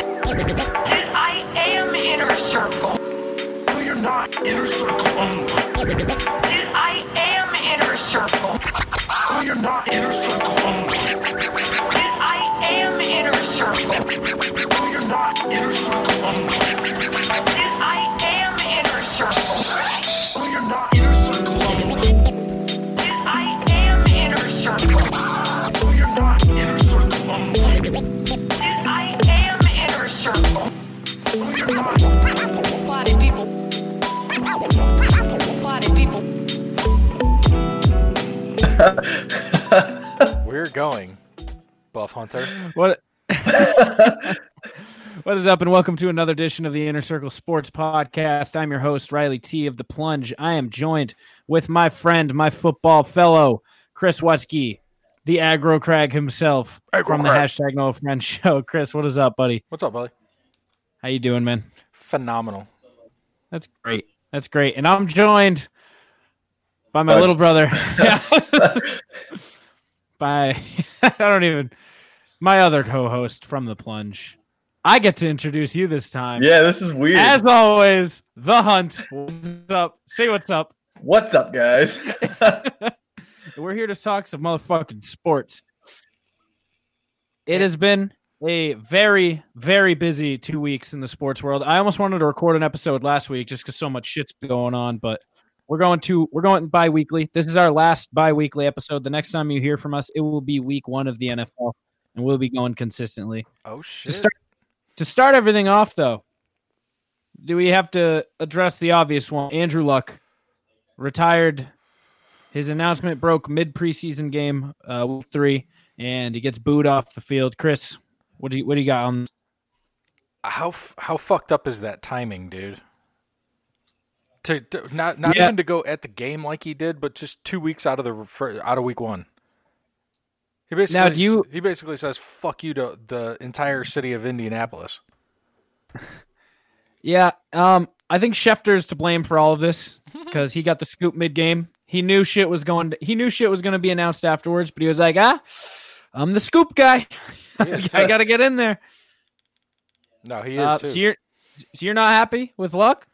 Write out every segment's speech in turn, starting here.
That I am inner circle. No, you're not. Inner circle only. That I am inner circle. No, you're not. Inner circle only. That I am inner circle. No, you're not. Inner circle only. That I am inner circle. No, you're not. Inner circle only. That I am inner circle. No, you're not. Inner circle only. That I am inner circle. No, you're not. Party people. Party people. We're going, Buff Hunter. What? what is up, and welcome to another edition of the Inner Circle Sports Podcast. I'm your host, Riley T of The Plunge. I am joined with my friend, my football fellow, Chris Watsky, the aggro crag himself from the crag. hashtag No Friend Show. Chris, what is up, buddy? What's up, buddy? How you doing, man? Phenomenal. That's great. That's great. And I'm joined by my little brother. by I don't even my other co-host from the plunge. I get to introduce you this time. Yeah, this is weird. As always, the hunt. What's up? Say what's up. What's up, guys? We're here to talk some motherfucking sports. It has been a very, very busy two weeks in the sports world. I almost wanted to record an episode last week just because so much shit's been going on, but we're going to we're going bi-weekly. This is our last bi-weekly episode. The next time you hear from us, it will be week one of the NFL, and we'll be going consistently. Oh shit. To start, to start everything off, though, do we have to address the obvious one? Andrew Luck retired. His announcement broke mid preseason game, uh, week three, and he gets booed off the field. Chris, what do you what do you got on? how f- how fucked up is that timing, dude? To, to not not Yeah. even to go at the game like he did, but just two weeks out of the fir- out of week one. He basically do you- he basically says "fuck you" to the entire city of Indianapolis. Yeah, um, I think Schefter's to blame for all of this because he got the scoop mid game. He knew shit was going. To, he knew shit was going to be announced afterwards, but he was like, "Ah, I'm the scoop guy. He is I too. got to get in there." no, he is Uh, too. so you're so you're not happy with Luck?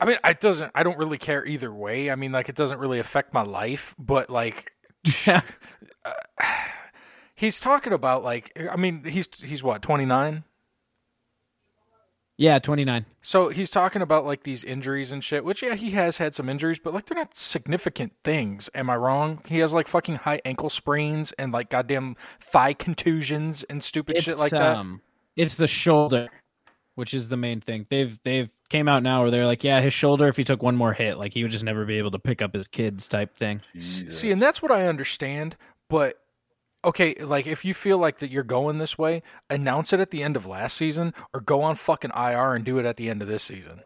I mean, I doesn't. I don't really care either way. I mean, like it doesn't really affect my life. But like, Yeah. uh, he's talking about like. I mean, he's he's what twenty nine. Yeah, 29. So he's talking about like these injuries and shit. Which yeah, he has had some injuries, but like they're not significant things. Am I wrong? He has like fucking high ankle sprains and like goddamn thigh contusions and stupid shit like that. um, It's the shoulder, which is the main thing. They've they've came out now where they're like, yeah, his shoulder. If he took one more hit, like he would just never be able to pick up his kids, type thing. S- See, and that's what I understand, but okay, like if you feel like that you're going this way, announce it at the end of last season or go on fucking IR and do it at the end of this season.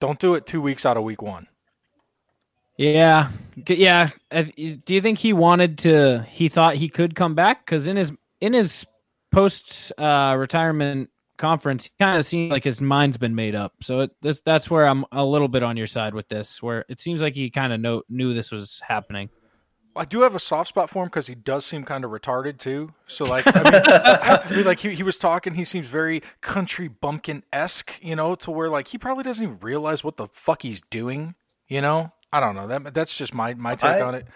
Don't do it 2 weeks out of week 1. Yeah, G- yeah. Uh, y- Do you think he wanted to? He thought he could come back because in his in his post uh, retirement conference, he kind of seemed like his mind's been made up. So it, this that's where I'm a little bit on your side with this, where it seems like he kind of know, knew this was happening. I do have a soft spot for him because he does seem kind of retarded too. So like, I mean, I mean, like he, he was talking, he seems very country bumpkin esque, you know, to where like he probably doesn't even realize what the fuck he's doing, you know. I don't know. That that's just my my take I- on it.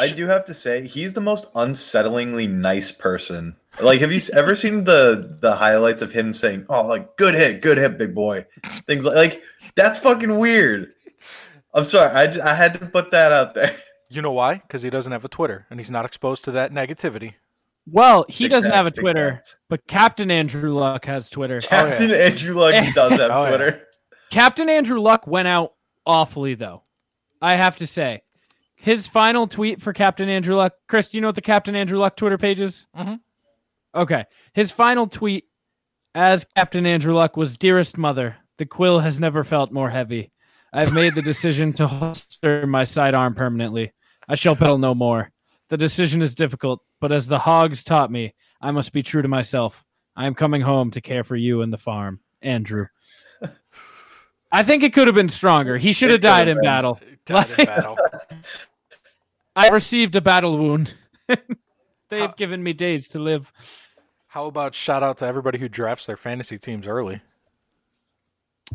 I do have to say, he's the most unsettlingly nice person. Like, have you s- ever seen the the highlights of him saying, "Oh, like good hit, good hit, big boy," things like like that's fucking weird. I'm sorry, I, j- I had to put that out there. You know why? Because he doesn't have a Twitter and he's not exposed to that negativity. Well, he Big doesn't facts, have a big Twitter, Oh, facts. but Captain Andrew Luck has Twitter. Captain Andrew Luck does have Oh, yeah. Twitter. Captain Andrew Luck went out awfully, though. I have to say, his final tweet for Captain Andrew Luck. Chris, do you know what the Captain Andrew Luck Twitter page is? Mhm. Okay, his final tweet as Captain Andrew Luck was, "Dearest mother, the quill has never felt more heavy. I've made the decision to holster my sidearm permanently. I shall pedal no more. The decision is difficult, but as the hogs taught me, I must be true to myself. I am coming home to care for you and the farm, Andrew." I think it could have been stronger. He should It have could have died in been. battle. Died in battle. Uh, I received a battle wound. they have given me days to live. How about shout out to everybody who drafts their fantasy teams early?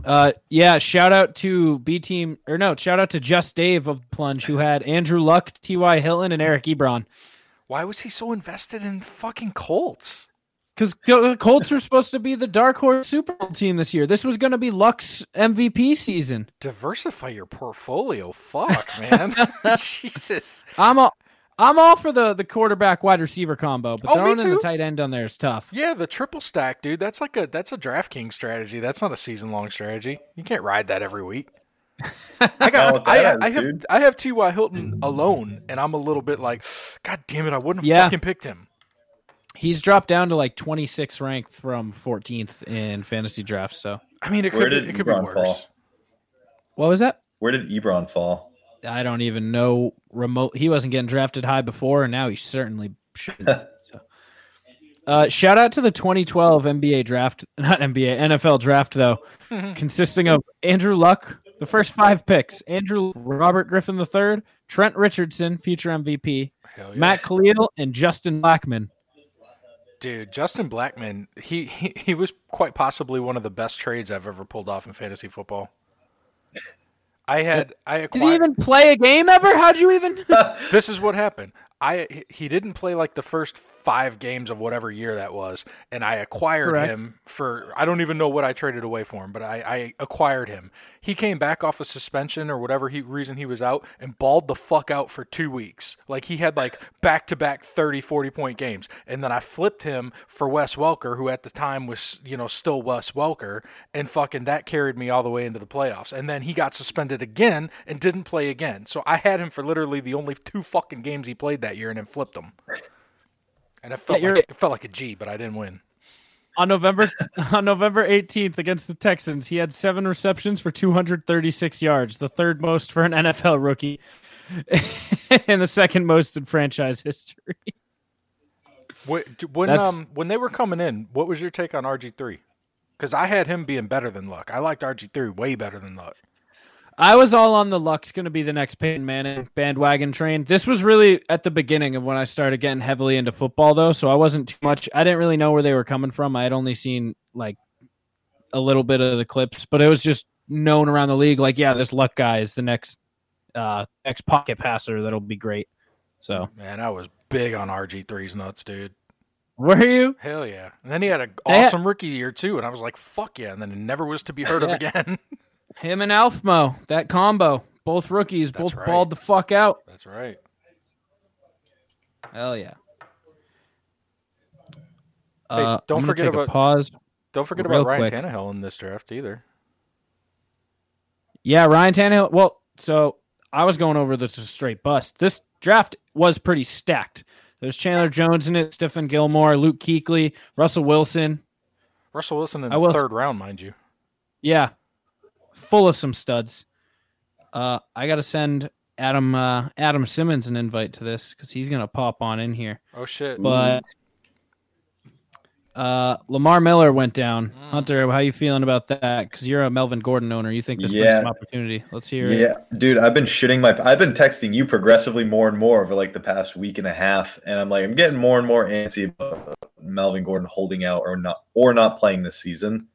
Uh, yeah, shout out to B Team or no, shout out to Just Dave of Plunge who had Andrew Luck, T.Y. Hilton, and Eric Ebron Why was he so invested in fucking Colts? because the Colts were supposed to be the dark horse Super Bowl team this year. This was going to be Luck's MVP season. Diversify your portfolio. Fuck, man. Jesus. I'm all, I'm all for the the quarterback wide receiver combo, but Oh, me throwing in the too. tight end on there is tough. Yeah, the triple stack, dude. That's like a that's a DraftKings strategy. That's not a season long strategy. You can't ride that every week. I Not got with I, that I have attitude. I have T. Y. Hilton alone, and I'm a little bit like, God damn it, I wouldn't have Yeah. fucking picked him. He's dropped down to like 26th ranked from 14th in fantasy drafts. So I mean, it could Where be, did it could be Ebron worse. fall? what was that? Where did Ebron fall? I don't even know. Remote. He wasn't getting drafted high before, and now he certainly shouldn't. so. uh, shout out to the 2012 NBA draft, not NBA NFL draft though, consisting of Andrew Luck, the first five picks: Andrew Robert Griffin III, Trent Richardson, future MVP, Hell yeah. Matt Khalil, and Justin Blackman. Dude, Justin Blackman, he, he he was quite possibly one of the best trades I've ever pulled off in fantasy football. I had I Did acquired he even play a game ever? How'd you even? this is what happened. I he- he didn't play like the first five games of whatever year that was, and I acquired Correct. him for I don't even know what I traded away for him, but I, I acquired him. He came back off a suspension or whatever he, reason he was out and balled the fuck out for two weeks. Like he had like back to back 30, 40 point games, and then I flipped him for Wes Welker, who at the time was you know still Wes Welker, and fucking that carried me all the way into the playoffs. And then he got suspended again and didn't play again. So I had him for literally the only two fucking games he played that year, and then flipped him. And I felt Yeah, you're- like, it felt like a G, but I didn't win. on November on November 18th against the Texans, he had seven receptions for 236 yards, the third most for an NFL rookie, and the second most in franchise history. Wait, d- When That's- um when they were coming in, what was your take on RG three? Because I had him being better than Luck. I liked RG three way better than Luck. I was all on the Luck's going to be the next Peyton Manning bandwagon train. This was really at the beginning of when I started getting heavily into football, though, so I wasn't too much. I didn't really know where they were coming from. I had only seen like a little bit of the clips, but it was just known around the league. Like, yeah, this Luck guy is the next uh, next pocket passer that'll be great. So Man, I was big on RG 3s nuts, dude. Were you? Hell yeah! And then he had an They had- awesome rookie year too, and I was like, "Fuck yeah!" And then it never was to be heard of again. Him and Alfmo, that combo. Both rookies, both right. balled the fuck out. That's right. Hell yeah. Hey, Uh, don't I'm gonna forget take a about- pause. Don't forget Real about Ryan quick. Tannehill in this draft either. Yeah, Ryan Tannehill. Well, so I was going over this as a straight bust. This draft was pretty stacked. There's Chandler Jones in it, Stephen Gilmore, Luke Keekley, Russell Wilson. Russell Wilson in I the will- third round, mind you. Yeah, full of some studs. Uh, I gotta send Adam uh, Adam Simmons an invite to this because he's gonna pop on in here. Oh shit! but uh, Lamar Miller went down. Mm. Hunter, how you feeling about that? Because you're a Melvin Gordon owner, you think this brings Yeah. some opportunity. Let's hear it. Yeah, dude, I've been shitting my. I've been texting you progressively more and more over like the past week and a half, and I'm like, I'm getting more and more antsy about Melvin Gordon holding out or not or not playing this season.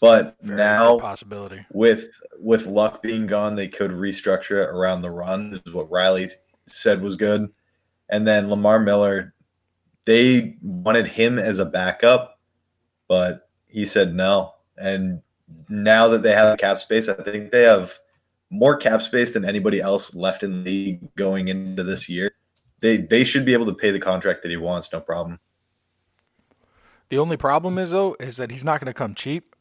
But Very now good possibility. with with luck being gone, they could restructure it around the run. This is what Riley said was good, and then Lamar Miller, they wanted him as a backup, but he said no. And now that they have cap space, I think they have more cap space than anybody else left in the league going into this year. They they should be able to pay the contract that he wants, no problem. The only problem is though is that he's not going to come cheap,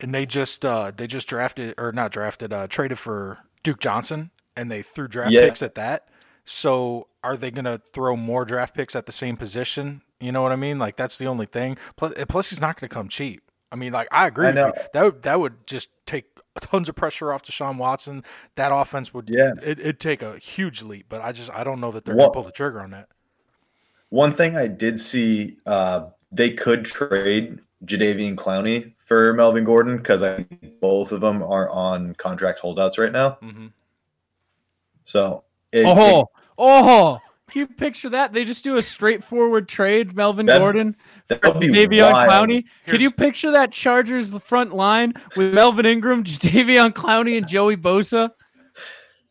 and they just uh, they just drafted or not drafted uh, traded for Duke Johnson, and they threw draft Yeah. picks at that. So are they going to throw more draft picks at the same position? You know what I mean? Like that's the only thing. Plus, plus he's not going to come cheap. I mean, like I agree I with you. know. That would, that would just take tons of pressure off Deshaun Watson. That offense would Yeah. it, it'd take a huge leap. But I just I don't know that they're What- going to pull the trigger on that. One thing I did see, uh, they could trade Jadavian Clowney for Melvin Gordon because I both of them are on contract holdouts right now. Mhm. So it, Oh, oh, you picture that? They just do a straightforward trade, Melvin That- Gordon, that for would be Davion wild. Clowney. Could Here's- you picture that Chargers front line with Melvin Ingram, Davion Clowney, and Joey Bosa?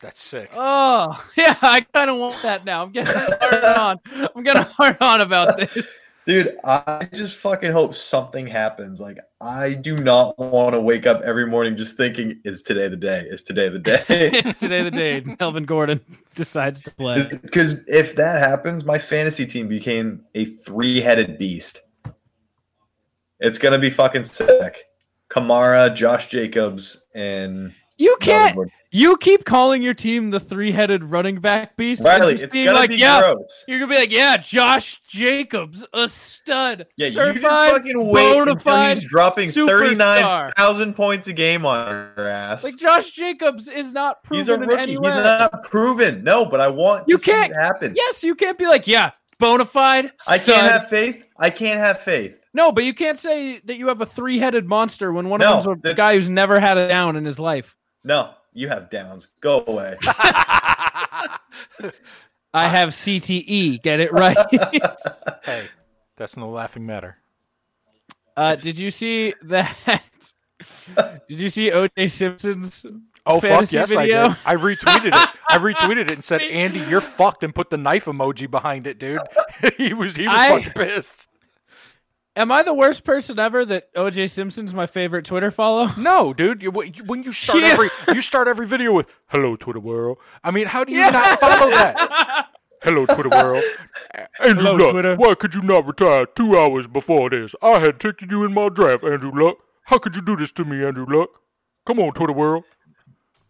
That's sick. Oh, yeah, I kind of want that now. I'm getting hard on. I'm getting hard on about this. Dude, I just fucking hope something happens. Like, I do not want to wake up every morning just thinking, is today the day? Is today the day? It's today the day Melvin Gordon decides to play. Because if that happens, my fantasy team became a three headed beast. It's going to be fucking sick. Kamara, Josh Jacobs, and. You Melvin can't. Gordon. You keep calling your team the three-headed running back beast. and Riley, just it's being going like, to be yeah, gross. You're gonna be like, yeah, Josh Jacobs, a stud, Yeah, you just certified, fucking wait bona until fide he's dropping superstar. 39,000 points a game on her ass. Like Josh Jacobs is not He's a proven in rookie. any He's way. not proven. No, but I want You to see can't- it happen. Yes, you can't be like, yeah, bona fide. I stud. can't have faith. I can't have faith. No, but you can't say that you have a three-headed monster when one No, of them's a that's- guy who's never had a down in his life. No, you have downs. Go away. I have CTE. Get it right. hey, that's no laughing matter. uh, did you see that? did you see OJ Simpson's? Oh fuck fantasy yes, video? I did. I retweeted it. I retweeted it and said, "Andy, you're fucked," and put the knife emoji behind it, dude. he was he was I- fucking pissed. Am I the worst person ever that OJ Simpson's my favorite Twitter follow? No, dude. You, when you- when you start Yeah. every you start every video with "Hello, Twitter world." I mean, how do you not follow that? Hello, Twitter world. Andrew Hello, Luck, Twitter. why could you not retire two hours before this? I had taken you in my draft, Andrew Luck. How could you do this to me, Andrew Luck? Come on, Twitter world.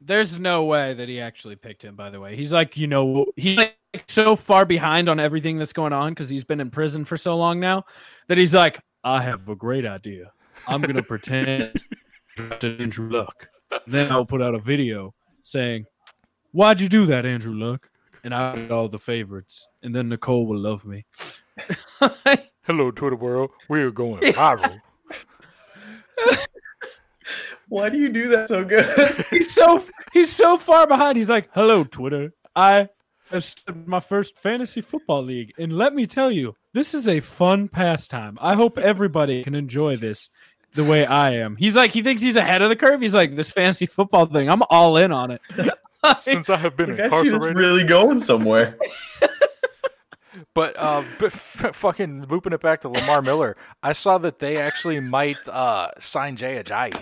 There's no way that he actually picked him. By the way, he's like, you know, he's like so far behind on everything that's going on because he's been in prison for so long now that he's like, I have a great idea. I'm gonna pretend to Andrew Luck. Then I'll put out a video saying, "Why'd you do that, Andrew Luck?" And I get all the favorites, and then Nicole will love me. Hello, Twitter world. We are going viral. Why do you do that so good? he's so he's so far behind. He's like, "Hello, Twitter. I have started my first fantasy football league, and let me tell you, this is a fun pastime. I hope everybody can enjoy this the way I am." He's like, he thinks he's ahead of the curve. He's like, "This fantasy football thing, I'm all in on it." Since I have been Like, I see this incarcerated, really going somewhere. But uh, but f- fucking looping it back to Lamar Miller, I saw that they actually might uh, sign Jay Ajayi.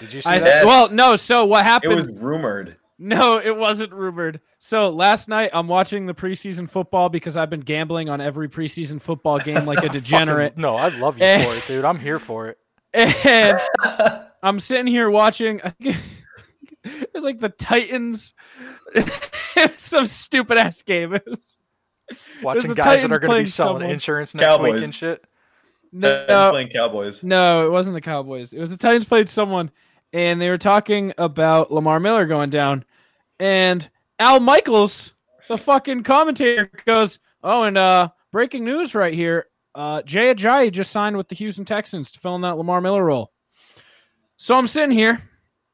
Did you see I, that? Yes. well, no. So what It happened? was rumored. No, it wasn't rumored. So last night I'm watching the preseason football because I've been gambling on every preseason football game like a degenerate. No, I love you Eh. for it, dude. I'm here for it. and I'm sitting here watching. I think it was like the Titans, It was some stupid ass game. It was, Watching the guys that Titans are going to playing be selling someone. insurance next week Cowboys. and shit. no, Them playing Cowboys. no, it wasn't the Cowboys. It was the Titans played someone, and they were talking about Lamar Miller going down, and Al Michaels, the fucking commentator, goes, "Oh, and uh, breaking news right here: uh, Jay Ajayi just signed with the Houston Texans to fill in that Lamar Miller role." So I'm sitting here,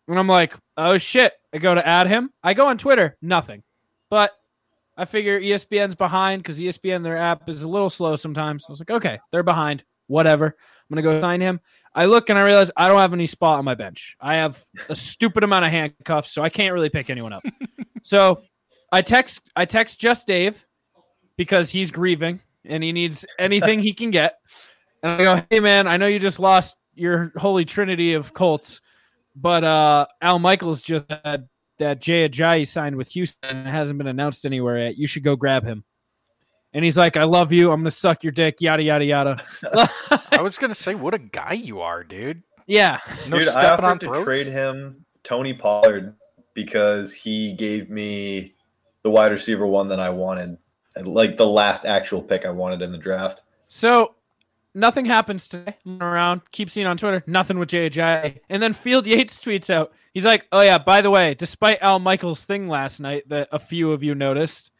and I'm like, "Oh shit!" I go to add him. I go on Twitter, nothing, but I figure E ESPN's behind E because ESPN their app is a little slow sometimes. I was like, "Okay, they're behind. Whatever." I'm gonna go sign him. I look and I realize I don't have any spot on my bench. I have a stupid amount of handcuffs, so I can't really pick anyone up. so I text I text just Dave because he's grieving and he needs anything he can get. And I go, hey man, I know you just lost your holy trinity of Colts, but uh, Al Michaels just had that Jay Ajayi signed with Houston and it hasn't been announced anywhere yet. You should go grab him. And he's like, I love you. I'm gonna suck your dick. Yada yada yada. I was going to say, what a guy you are, dude. yeah. No Dude, I stepping on offered to throats. trade him Tony Pollard because he gave me the wide receiver one that I wanted, and, like the last actual pick I wanted in the draft. So nothing happens today. I'm around, keep seeing on Twitter, nothing with JJ. And then Field Yates tweets out, he's like, "Oh yeah, by the way, despite Al Michaels' thing last night that a few of you noticed,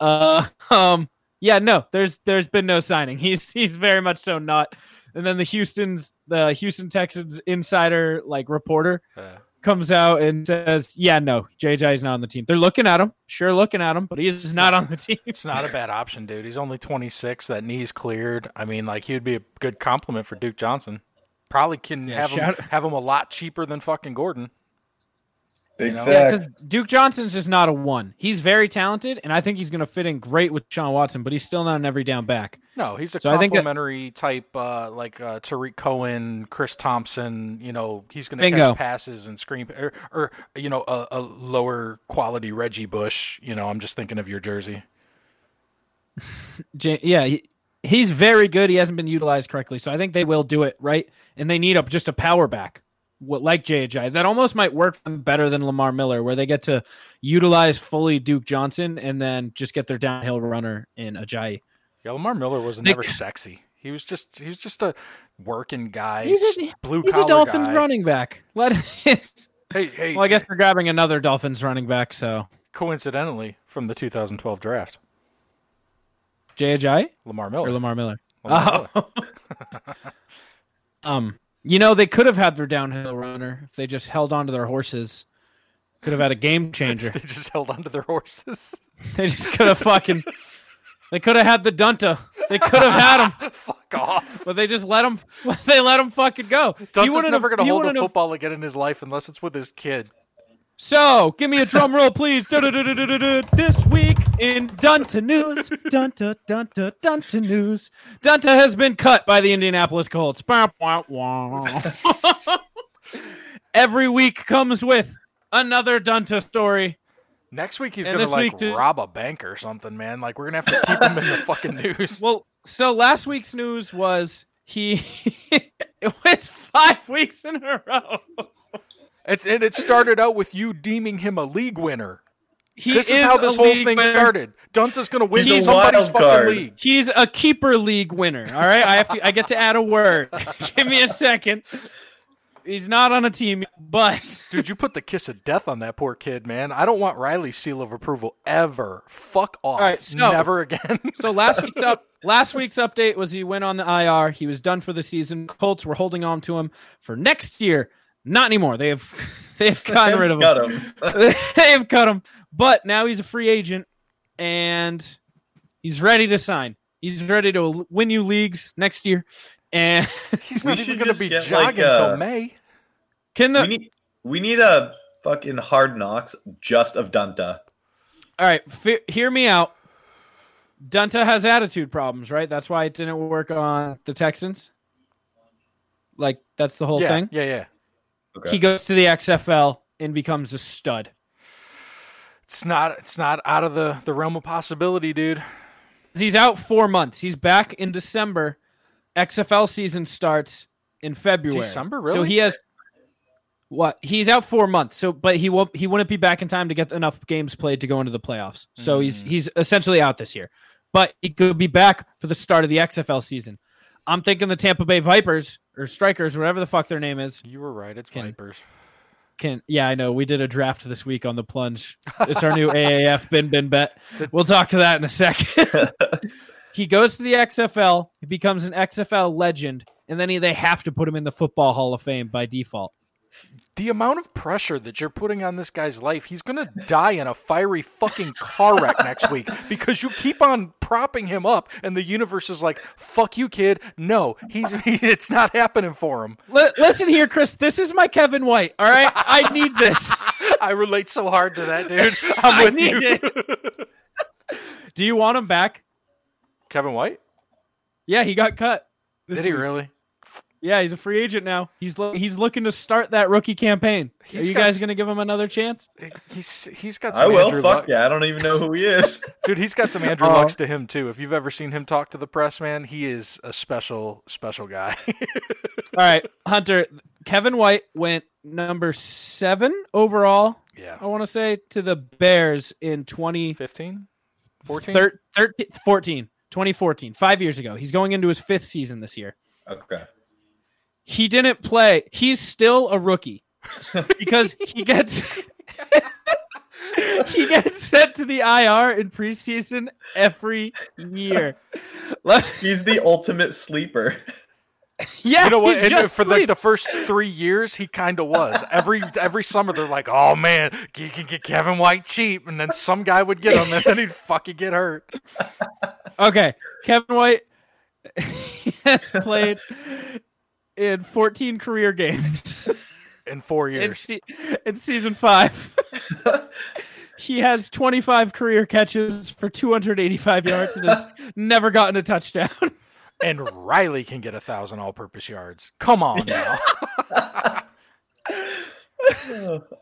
uh, um, yeah, no, there's there's been no signing. He's he's very much so not." And then the Houston's the Houston Texans insider like reporter Uh, comes out and says, "Yeah, no, JJ's not on the team." They're looking at him, sure looking at him, but he's not on the team. It's not a bad option, dude. He's only 26. That knee's cleared. I mean, like he would be a good compliment for Duke Johnson. Probably can have him shout- have him a lot cheaper than fucking Gordon. Big know? Yeah, fact. because Duke Johnson's just not a one. He's very talented, and I think he's going to fit in great with Sean Watson, but he's still not an every down back. No, he's a So I think that- complimentary type, uh, like uh, Tariq Cohen, Chris Thompson. You know, he's going to Bingo. catch passes and screen, or, or you know, a, a lower quality Reggie Bush. You know, I'm just thinking of your jersey. J- yeah, he, he's very good. He hasn't been utilized correctly, so I think they will do it right, and they need a just a power back. What like JHI that almost might work for them better than Lamar Miller, where they get to utilize fully Duke Johnson and then just get their downhill runner in Ajayi. Yeah, Lamar Miller was never sexy. He was just he was just a working guy, He's a, blue he's collar a Dolphins guy. running back. Let Hey, hey. well, I guess they're grabbing another Dolphins running back. So coincidentally from the 2012 draft, JHI Lamar Miller. or Lamar Oh. Miller. Lamar Miller. Um, you know they could have had their downhill runner if they just held on to their horses. Could have had a game changer. They just held onto their horses. they just could have fucking. They could have had the Dunta. They could have had him, Fuck off. but they just let him. They let him fucking go. He Duncan's wouldn't never have- going to he hold a wouldn't have- football again in his life unless it's with his kid. So, give me a drum roll, please. Du-du-du-du-du-du. This week in Dunta News, Dunta, Dunta, Dunta News. Dunta has been cut by the Indianapolis Colts. Bow, wow, wow. Every week comes with another Dunta story. Next week he's And going to this like week, too. rob a bank or something, man. Like we're going to have to keep him in the fucking news. Well, so last week's news was he. it was five weeks in a row. It's and it started out with you deeming him a league winner. He This is is how a this whole league thing winner. started. Dunta's going to win He's a somebody's wild fucking card. league. He's a keeper league winner. All right, I have to. I get to add a word. Give me a second. He's not on a team, but Dude, you put the kiss of death on that poor kid, man. I don't want Riley's seal of approval ever. Fuck off. right, so- Never again. so last week's up. Last week's update was he went on the IR. He was done for the season. Colts were holding on to him for next year. Not anymore. They have they've gotten rid of him. Got him. they've cut him. But now he's a free agent, and he's ready to sign. He's ready to win you leagues next year. And He's We not even should going to just be get, jogging like, uh, until a- May. can the we need we need a fucking hard knocks just of Dunta. All right, f- hear me out. Dunta has attitude problems, right? That's why it didn't work on the Texans. Like that's the whole Yeah, thing. yeah, yeah. Okay. He goes to the XFL and becomes a stud. It's not. It's not out of the the realm of possibility, dude. He's out 4 months. He's back in December. XFL season starts in February. December, So really? he has what? He's out 4 months. So but he won't he wouldn't be back in time to get enough games played to go into the playoffs. So he's Mm. he's essentially out this year. But he could be back for the start of the XFL season. I'm thinking the Tampa Bay Vipers or Strikers, whatever the fuck their name is, You were right. It's Can- Vipers. can yeah, I know. We did a draft this week on the plunge. It's our new AAF bin bin bet. We'll talk to that in a second. he goes to the XFL, he becomes an XFL legend, and then he, they have to put him in the Football Hall of Fame by default. The amount of pressure that you're putting on this guy's life, he's going to die in a fiery fucking car wreck next week because you keep on propping him up, and the universe is like, "Fuck you, kid. No, he's it's not happening for him." Li- listen here, Chris. This is my Kevin White. All right, I need this. I relate so hard to that, dude. I'm I with need you, it. Do you want him back? Kevin White. Yeah, he got cut. this Did he week. really? Yeah, he's a free agent now. He's lo- he's looking to start that rookie campaign. Are He's you got guys s- going to give him another chance? He's he's got. Some I will. Andrew Fuck Luck. yeah. I don't even know who he is. Dude, he's got some Andrew Oh. Lux to him too. If you've ever seen him talk to the press, man, he is a special, special guy. All right, Hunter. Kevin White went number seven overall. I yeah. want to say to the Bears in 20, 15? 14? thir- thir- 14, 2014, five years ago. He's going into his fifth season this year. Okay. He didn't play. He's still a rookie because he gets he gets sent to the IR in preseason every year. He's the ultimate sleeper. Yeah, You know what? he And just for like the sleeps. first three years, he kind of was. Every every summer, they're like, "Oh man, you can get Kevin White cheap," and then some guy would get him, and then he'd fucking get hurt. Okay, Kevin White he has played in 14 career games In four in, years, se- in season five. he has 25 career catches for 285 yards and has never gotten a touchdown. and Riley can get a thousand all-purpose yards. Come on now.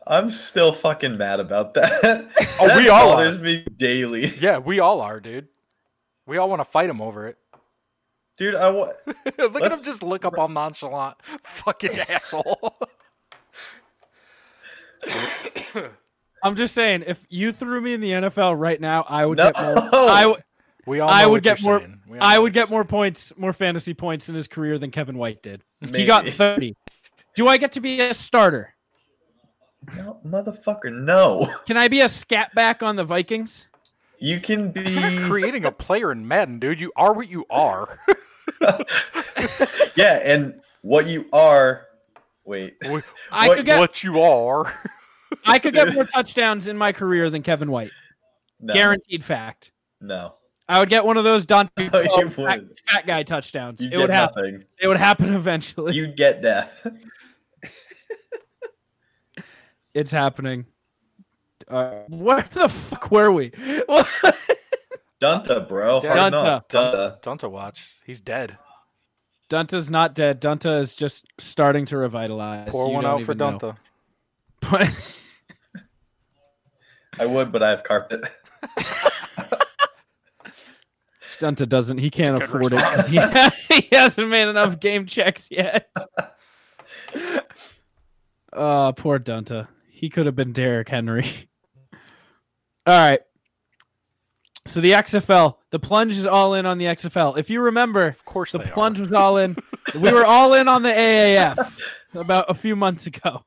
I'm still fucking mad about that. Oh, that we all are. bothers me daily. Yeah, we all are, dude. We all want to fight him over it. Dude, I wa- Look at him Let's- just look up all nonchalant. Fucking asshole. I'm just saying, if you threw me in the NFL right now, I would No. get more. I, w- We all. I know would what get you're more. saying. We all I know would what you're get more points, more fantasy points in his career than Kevin White did. He Maybe. got 30. Do I get to be a starter? no, motherfucker, no. Can I be a scat back on the Vikings? You can be. saying. creating a player in Madden, dude. You are what you are. Yeah, and what you are. Wait. Wh- I What- could get what you are. I could get more touchdowns in my career than Kevin White. No. Guaranteed fact. No. I would get one of those Dante No, Oh, Fowler you fat, wouldn't. fat guy touchdowns. You'd it would get happen. nothing. It would happen eventually. You'd get death. it's happening. Uh, where the fuck were we? Well, Dunta, bro. Dunta. Hard knock. Dunta. Dunta watch. He's dead. Dunta's not dead. Dunta is just starting to revitalize. Pour You one don't out for even know. Dunta. But I would, but I have carpet. Dunta doesn't. He can't It's a good afford it. 'cause He, he hasn't made enough game checks yet. Oh, poor Dunta. He could have been Derrick Henry. All right. So the XFL, the plunge is all in on the XFL. If you remember, Of course the they plunge are. was all in. We were all in on the AAF about a few months ago,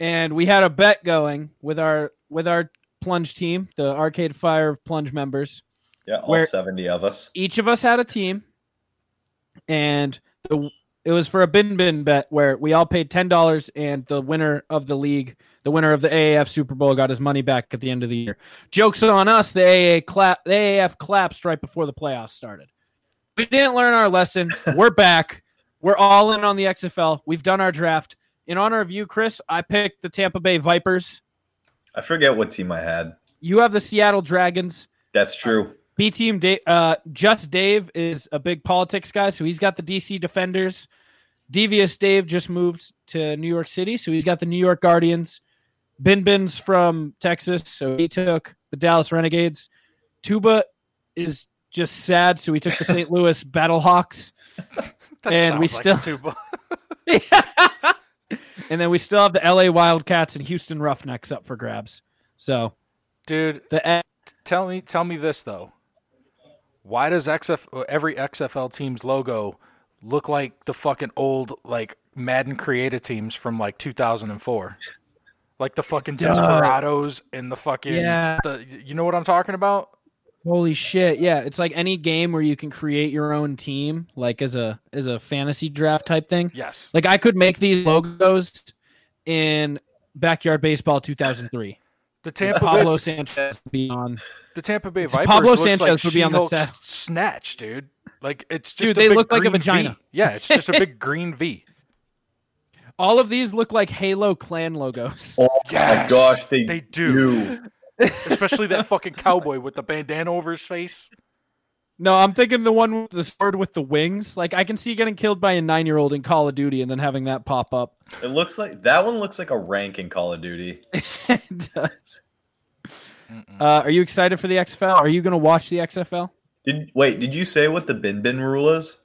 and we had a bet going with our with our plunge team, the Arcade Fire of Plunge members. Yeah, all Where- 70 of us. Each of us had a team, and the, it was for a bin bin bet where we all paid ten dollars, and the winner of the league, the winner of the AAF Super Bowl, got his money back at the end of the year. Jokes on us. The AA clap, the AAF collapsed right before the playoffs started. We didn't learn our lesson. We're back. We're all in on the XFL. We've done our draft. In honor of you, Chris, I picked the Tampa Bay Vipers. I forget what team I had. You have the Seattle Dragons. That's true. B Team Dave, uh, Just Dave is a big politics guy, so he's got the DC Defenders. Devious Dave just moved to New York City, so he's got the New York Guardians. Bin Bin's from Texas, so he took the Dallas Renegades. Tuba is just sad, so he took the St. Louis Battlehawks. That And we sounds like still- a tuba. And then we still have the LA Wildcats and Houston Roughnecks up for grabs. So dude. the Tell me, tell me this though. Why does XF every XFL team's logo look like the fucking old like Madden Creator teams from like 2004? Like the fucking Desperados and the fucking Yeah. the, you know what I'm talking about? Holy shit! Yeah, it's like any game where you can create your own team, like as a as a fantasy draft type thing. Yes. Like I could make these logos in Backyard Baseball 2003. The Tampa Pablo Bay, Sanchez would be on. the Tampa Bay It's Vipers Pablo looks like Sanchez would be on the She-Hulk's set. snatch, dude. Like it's just Dude, a they big look like a green vagina. V. Yeah, it's just a big green V. Oh All of these look like Halo Clan logos. Oh my Yes, gosh, they, they do. do. Especially that fucking cowboy with the bandana over his face. No, I'm thinking the one with the sword with the wings. Like I can see getting killed by a nine year old in Call of Duty and then having that pop up. It looks like that one looks like a rank in Call of Duty. It does. Uh, are you excited for the XFL? Are you going to watch the XFL? Did wait? Did you say what the bin bin rule is?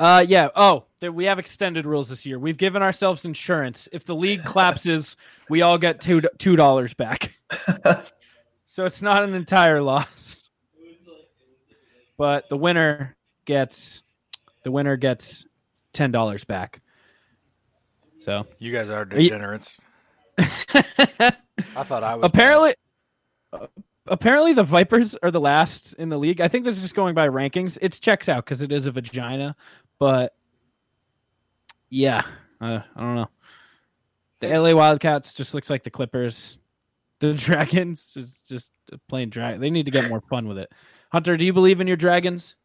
Uh, yeah. Oh, there, we have extended rules this year. We've given ourselves insurance. If the league collapses, we all get two two dollars back. so it's not an entire loss, but the winner gets the winner gets ten dollars back. So You guys are you- degenerates. I thought I was. apparently. Apparently, the Vipers are the last in the league. I think this is just going by rankings. It's checks out because it is a vagina, but yeah, uh, I don't know. The LA Wildcats just looks like the Clippers. The Dragons is just a plain drag. They need to get more fun with it. Hunter, do you believe in your Dragons?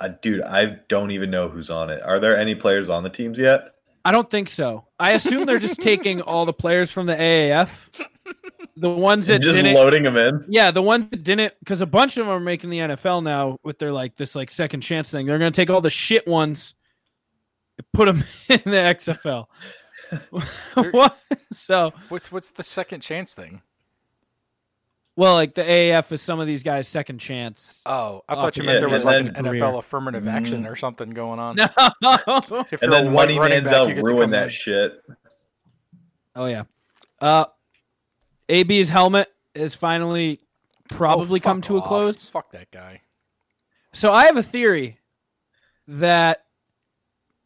Uh, dude, I don't even know who's on it. Are there any players on the teams yet? I don't think so. I assume they're just taking all the players from the AAF. The ones that And just didn't, loading them in. yeah, the ones that didn't, because a bunch of them are making the NFL now with their like this like second chance thing. They're gonna take all the shit ones, and put them in the XFL. what? So What's what's the second chance thing? Well, like the AAF is some of these guys' second chance. Oh, I Oh, thought you yeah, meant there was like and an then NFL affirmative action or something going on. Mm. No. oh If And you're a then white when he running hands back, out you get to ruin come that in. shit. yeah. Uh AB's helmet has finally Oh, probably come fuck to a off. close. Fuck that guy. So I have a theory that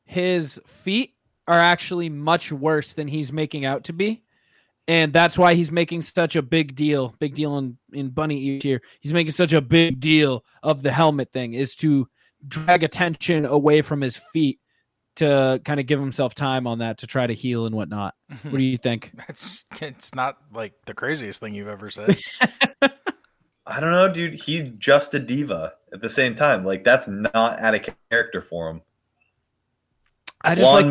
his feet are actually much worse than he's making out to be. And that's why he's making such a big deal, big deal in, in Bunny each year. He's making such a big deal of the helmet thing is to drag attention away from his feet to kind of give himself time on that to try to heal and whatnot. What do you think? That's it's not like the craziest thing you've ever said. I don't know, dude. He's just a diva at the same time. Like that's not out of character for him. I just like Blonde that,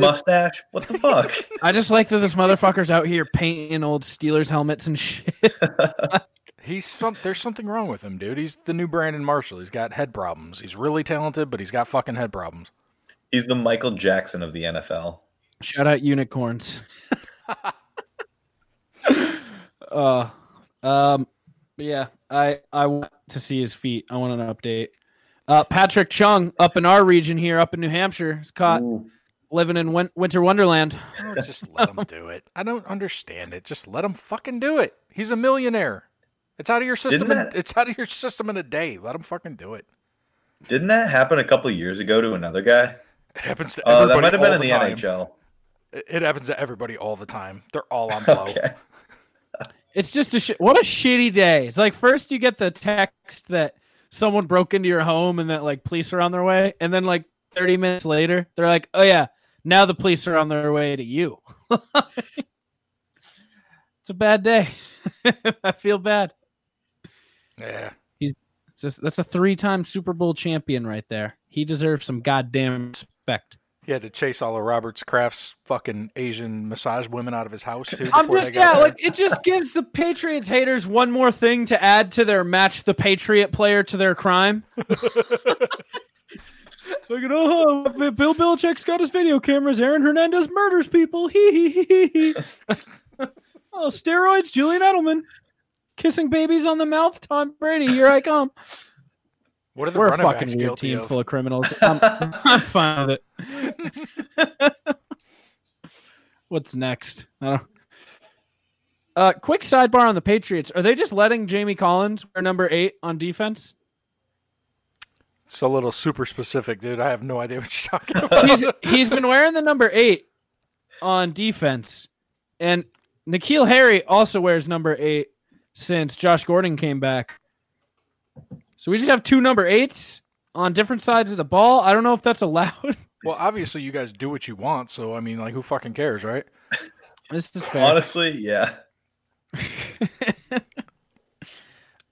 mustache. What the fuck? I just like that this motherfucker's out here painting old Steelers helmets and shit. He's some there's something wrong with him, dude. He's the new Brandon Marshall. He's got head problems. He's really talented, but he's got fucking head problems. He's the Michael Jackson of the NFL. Shout out unicorns. uh, um, but yeah, I I want to see his feet. I want an update. Uh, Patrick Chung up in our region here, up in New Hampshire, is caught living in win- winter wonderland. Oh, just let him do it. I don't understand it. Just let him fucking do it. He's a millionaire. It's out of your system. Didn't in- that- it's out of your system in a day. Let him fucking do it. Didn't that happen a couple years ago to another guy? It happens to Oh, everybody. that might have all been in the the time. NHL. It- It happens to everybody all the time. They're all on blow. Okay. It's just a sh- what a shitty day. It's like first you get the text that someone broke into your home and that like police are on their way, and then like thirty minutes later they're like, oh yeah, now the police are on their way to you. it's a bad day. I feel bad. Yeah. It's just, that's a three-time Super Bowl champion right there. He deserves some goddamn respect. He had to chase all of Robert's Kraft's fucking Asian massage women out of his house too. I'm before just they got yeah, there. like it just gives the Patriots haters one more thing to add to their match the Patriot player to their crime. it's like, oh, Bill Belichick's got his video cameras. Aaron Hernandez murders people. Hee hee hee hee hee. Oh, steroids. Julian Edelman kissing babies on the mouth. Tom Brady, here I come. what are the We're a running backs fucking weird guilty team of? full of criminals. Um, I'm, I'm fine with it. What's next? I don't. Uh, quick sidebar on the Patriots. Are they just letting Jamie Collins wear number eight on defense? It's a little super specific, dude. I have no idea what you're talking about. He's, he's been wearing the number eight on defense, and Nikhil Harry also wears number eight since Josh Gordon came back. So we just have two number eights on different sides of the ball. I don't know if that's allowed. well, obviously you guys do what you want, so I mean, like, who fucking cares, right? This is fair. Honestly, yeah.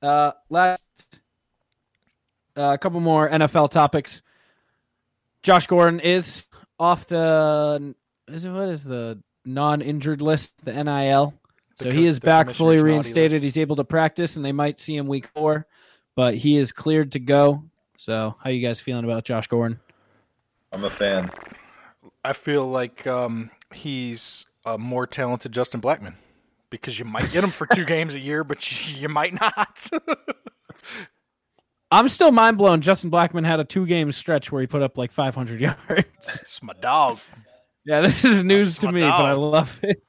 Uh, last, uh, a couple more NFL topics. Josh Gordon is off the is it what is the non-injured list, the NIL. The so co- he is the back fully commissioner's naughty reinstated. list. He's able to practice, and they might see him week four, but he is cleared to go. So, how you guys feeling about Josh Gordon? I'm a fan. I feel like um, he's a more talented Justin Blackman because you might get him for two games a year, but you, you might not. I'm still mind blown. Justin Blackman had a two-game stretch where he put up like 500 yards. it's my dog. Yeah, this is news That's to my me, but I dog. love it.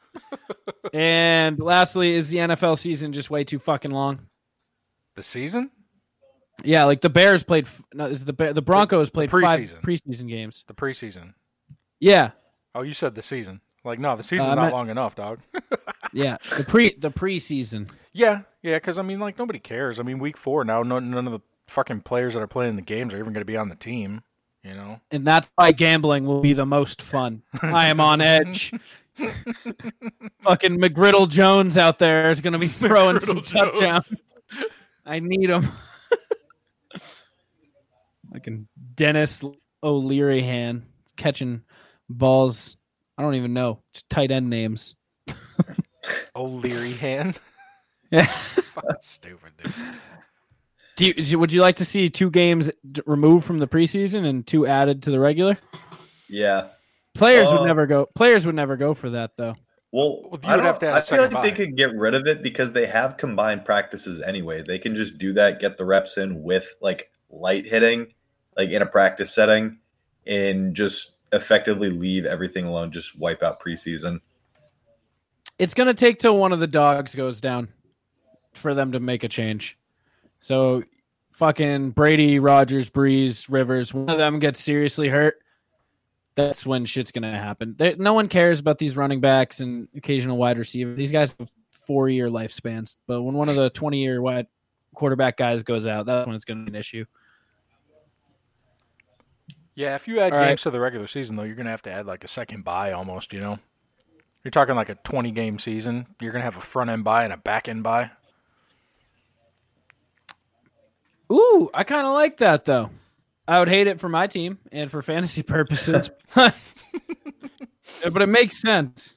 and lastly, is the NFL season just way too fucking long? The season, Yeah, like the Bears played. f- No, is the Bear, the Broncos played preseason. five preseason games. the preseason. Yeah, Oh, you said the season. Like, no, the season's Uh, I not meant- long enough, dog. yeah, the pre the preseason. Yeah, yeah, because I mean, like nobody cares. I mean, week four now, no, none of the fucking players that are playing the games are even going to be on the team. You You know, and that's why gambling will be the most fun. I am on edge. Fucking McGriddle Jones out there is going to be throwing some McGriddle Jones. touchdowns. I need him. Fucking Dennis O'Leary hand catching balls. I don't even know It's tight end names. O'Leary hand. Yeah. Fucking stupid, dude. Do you, is- would you like to see two games d- removed from the preseason and two added to the regular? Yeah. Players Uh, would never go. Players would never go for that though. Well, Well, you I would don't. have to have I a feel like second they bye. could get rid of it because they have combined practices anyway. They can just do that, get the reps in with like light hitting, like in a practice setting, and just effectively leave everything alone. Just wipe out preseason. It's gonna take till one of the dogs goes down for them to make a change. So, fucking Brady, Rogers, Breeze, Rivers, one of them gets seriously hurt. That's when shit's gonna happen. There no one cares about these running backs and occasional wide receiver. These guys have four year lifespans, but when one of the twenty year wide quarterback guys goes out, that's when it's gonna be an issue. Yeah, if you add All games right. to the regular season, though, you're gonna have to add like a second bye almost. You know, you're talking like a 20 game season. You're gonna have a front end bye and a back end bye. Ooh, I kind of like that though. I would hate it for my team and for fantasy purposes, but but it makes sense.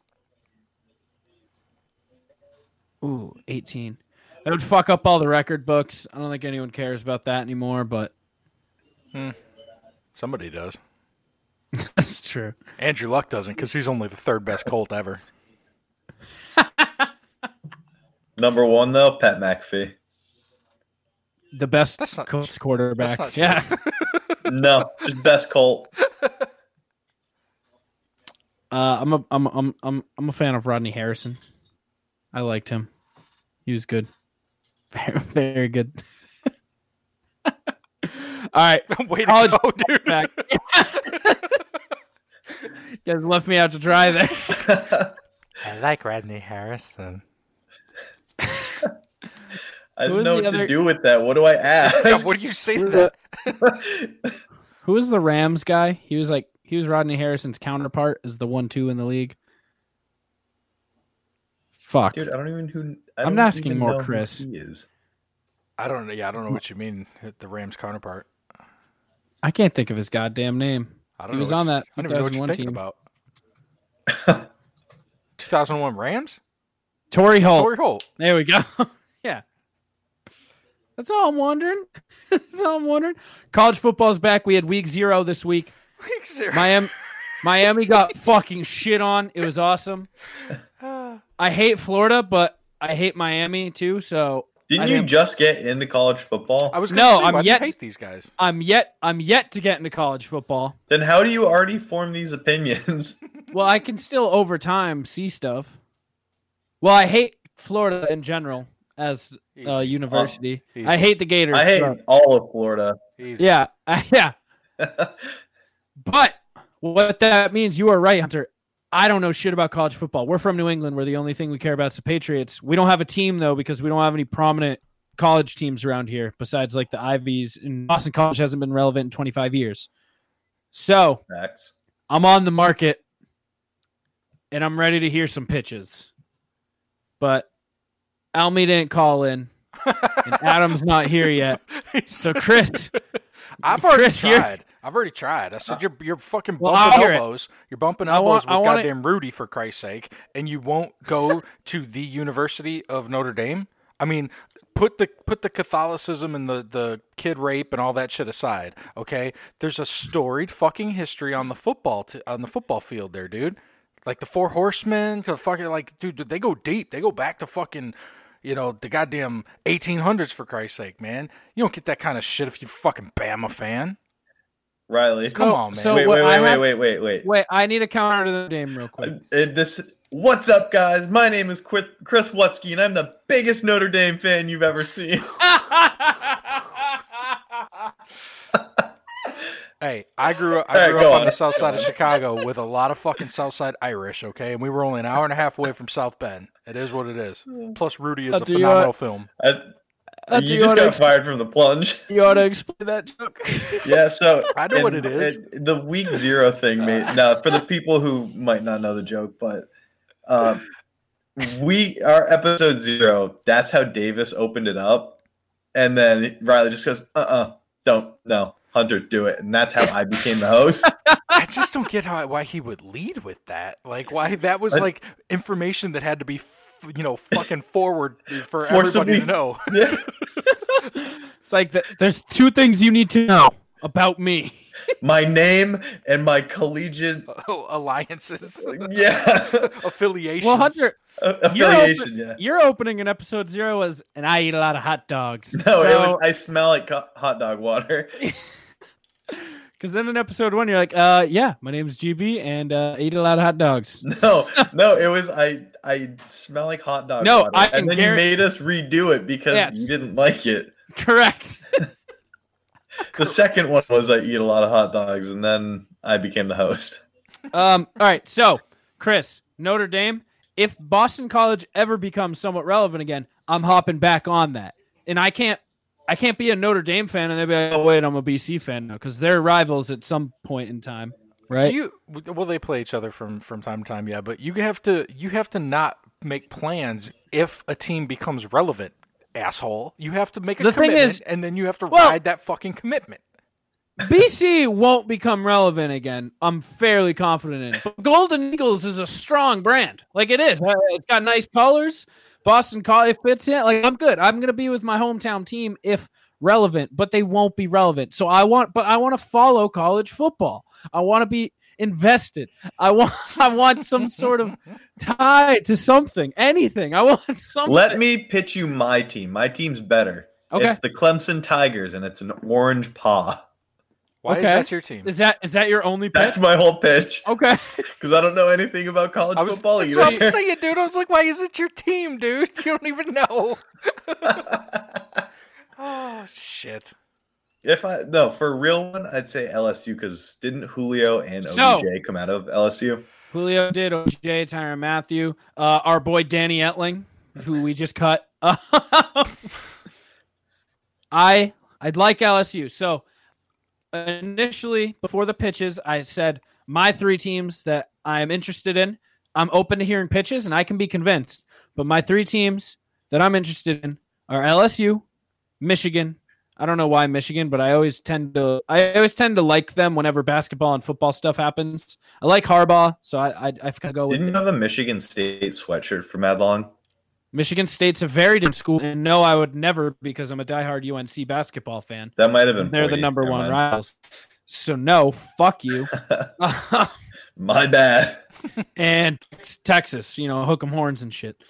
Ooh, 18. That would fuck up all the record books. I don't think anyone cares about that anymore, but Somebody does. that's true. Andrew Luck doesn't because he's only the third best Colt ever. Number one though, Pat McAfee. The best That's not Colts quarterback. That's not true. yeah. No, just best Colt. Uh, I'm a I'm I'm I'm I'm a fan of Rodney Harrison. I liked him. He was good. Very, very good. All right. Way to College go, dude. back. you guys left me out to dry there. I like Rodney Harrison. I Who didn't is know the what other- to do with that. What do I ask? what do you say to Who's the- that? Who was the Rams guy? He was like he was Rodney Harrison's counterpart as the one two in the league. Fuck. Dude, I don't even who. I I'm don't asking even more, know who Chris. He is. I don't know. Yeah, I don't know what you mean. hit The Rams counterpart. I can't think of his goddamn name. I don't He know. was what on you- that I don't even know what you're 2001 thinking team. about. 2001 Rams. Torrey Holt. Torrey Holt. There we go. yeah. That's all I'm wondering. That's all I'm wondering. College football's back. We had week zero this week. Miami Miami got fucking shit on. It was awesome. I hate Florida, but I hate Miami too, so Didn't I you am- just get into college football? I was No, no. I'm I'm I yet- yet hate these guys. I'm yet I'm yet to get into college football. Then how do you already form these opinions? Well, I can still over time see stuff. Well, I hate Florida in general as uh, Easy. Oh, university. Easy. I hate the Gators. I hate but- all of Florida. Easy. Yeah, yeah. but what that means, you are right, Hunter. I don't know shit about college football. We're from New England, where the only thing we care about is the Patriots. We don't have a team though because we don't have any prominent college teams around here besides like the Ivies. And Boston College hasn't been relevant in 25 years. So Facts. I'm on the market, and I'm ready to hear some pitches. But Almy didn't call in, and Adam's not here yet. So Chris. I've already Chris, you're- tried. I've already tried. I said you're you're fucking Well, I'll bumping hear it. elbows. You're bumping I elbows want- I with want it- goddamn Rudy for Christ's sake, and you won't go to the University of Notre Dame. I mean, put the put the Catholicism and the the kid rape and all that shit aside. Okay, there's a storied fucking history on the football t- on the football field there, dude. Like the Four Horsemen, to fucking like, dude, they go deep. They go back to fucking. You know, the goddamn 1800s, for Christ's sake, man. You don't get that kind of shit if you're fucking Bama fan. Riley. Come on, man. oh, so wait, what wait, I wait, wait, have- wait, wait, wait, Wait, I need a counter to the name real quick. Uh, this. What's up, guys? My name is Chris Chris Wutzke, and I'm the biggest Notre Dame fan you've ever seen. Hey, I grew up. All I right, grew go up on on. the south side of Chicago with a lot of fucking south side Irish. Okay, and we were only an hour and a half away from South Bend. It is what it is. Plus, Rudy is I'll a do you phenomenal film. I, Uh, do you you just wanna got ex- fired from the plunge. You ought to explain that joke. Yeah, so I know what it is. it- the week zero thing, mate. Now, for the people who might not know the joke, but um, we our episode zero. That's how Davis opened it up, and then Riley just goes, "Uh, uh-uh, uh, don't no, Hunter, do it," and that's how I became the host. I just don't get how why he would lead with that. Like why that was I- like information that had to be f- you know fucking forward for Forcibly- everybody to know. yeah. It's like the, there's two things you need to know about me. My name and my collegiate Oh, alliances, yeah affiliations. Well, Hunter, you're, affiliation. open, Yeah, you're opening in episode zero as, and I eat a lot of hot dogs. no, it was, I smell like co- hot dog water. Because then in episode one, you're like, uh, yeah, my name's GB, and uh, I eat a lot of hot dogs. No, no, it was I. I smell like hot dog. No, water. I can and then you guarantee- made us redo it because Yes. you didn't like it. Correct. The second one was I eat a lot of hot dogs, and then I became the host. Um, all right, so Chris, Notre Dame. If Boston College ever becomes somewhat relevant again, I'm hopping back on that, and I can't, I can't be a Notre Dame fan and then be like, oh wait, I'm a BC fan now because they're rivals at some point in time, right? you well they play each other from from time to time, yeah. But you have to you have to not make plans if a team becomes relevant, asshole. You have to make a The thing commitment, is- and then you have to Well- ride that fucking commitment. BC won't become relevant again. I'm fairly confident in. it. But Golden Eagles is a strong brand, like it is. Uh, It's got nice colors. Boston College fits in. Like I'm good. I'm gonna be with my hometown team if relevant, but they won't be relevant. So I want, but I want to follow college football. I want to be invested. I want, I want some sort of tie to something, anything. I want something. Let me pitch you my team. My team's better. Okay. It's the Clemson Tigers, and it's an orange paw. Why is Okay. that your team? Is that is that your only pitch? That's my whole pitch okay. because I don't know anything about college I was, football that's either. what I'm saying, dude. I was like, why is it your team, dude? You don't even know. oh shit. If I no for a real one, I'd say LSU because didn't Julio and OBJ So- come out of LSU? Julio did, OJ, Tyron Matthew, uh, our boy Danny Etling, who we just cut. I I'd like LSU. So initially, before the pitches, I said my three teams that I am interested in. I'm open to hearing pitches, and I can be convinced. But my three teams that I'm interested in are LSU, Michigan. I don't know why Michigan, but I always tend to I always tend to like them whenever basketball and football stuff happens. I like Harbaugh, so I I, I kind of go with Didn't you have a Michigan State sweatshirt for Mad Long? Michigan State's a very different school, and no, I would never because I'm a diehard UNC basketball fan. That might have been. They're the Poitier. number Never one mind. rivals, so no, fuck you. My bad. and Tex- Texas, you know, hook 'em horns and shit.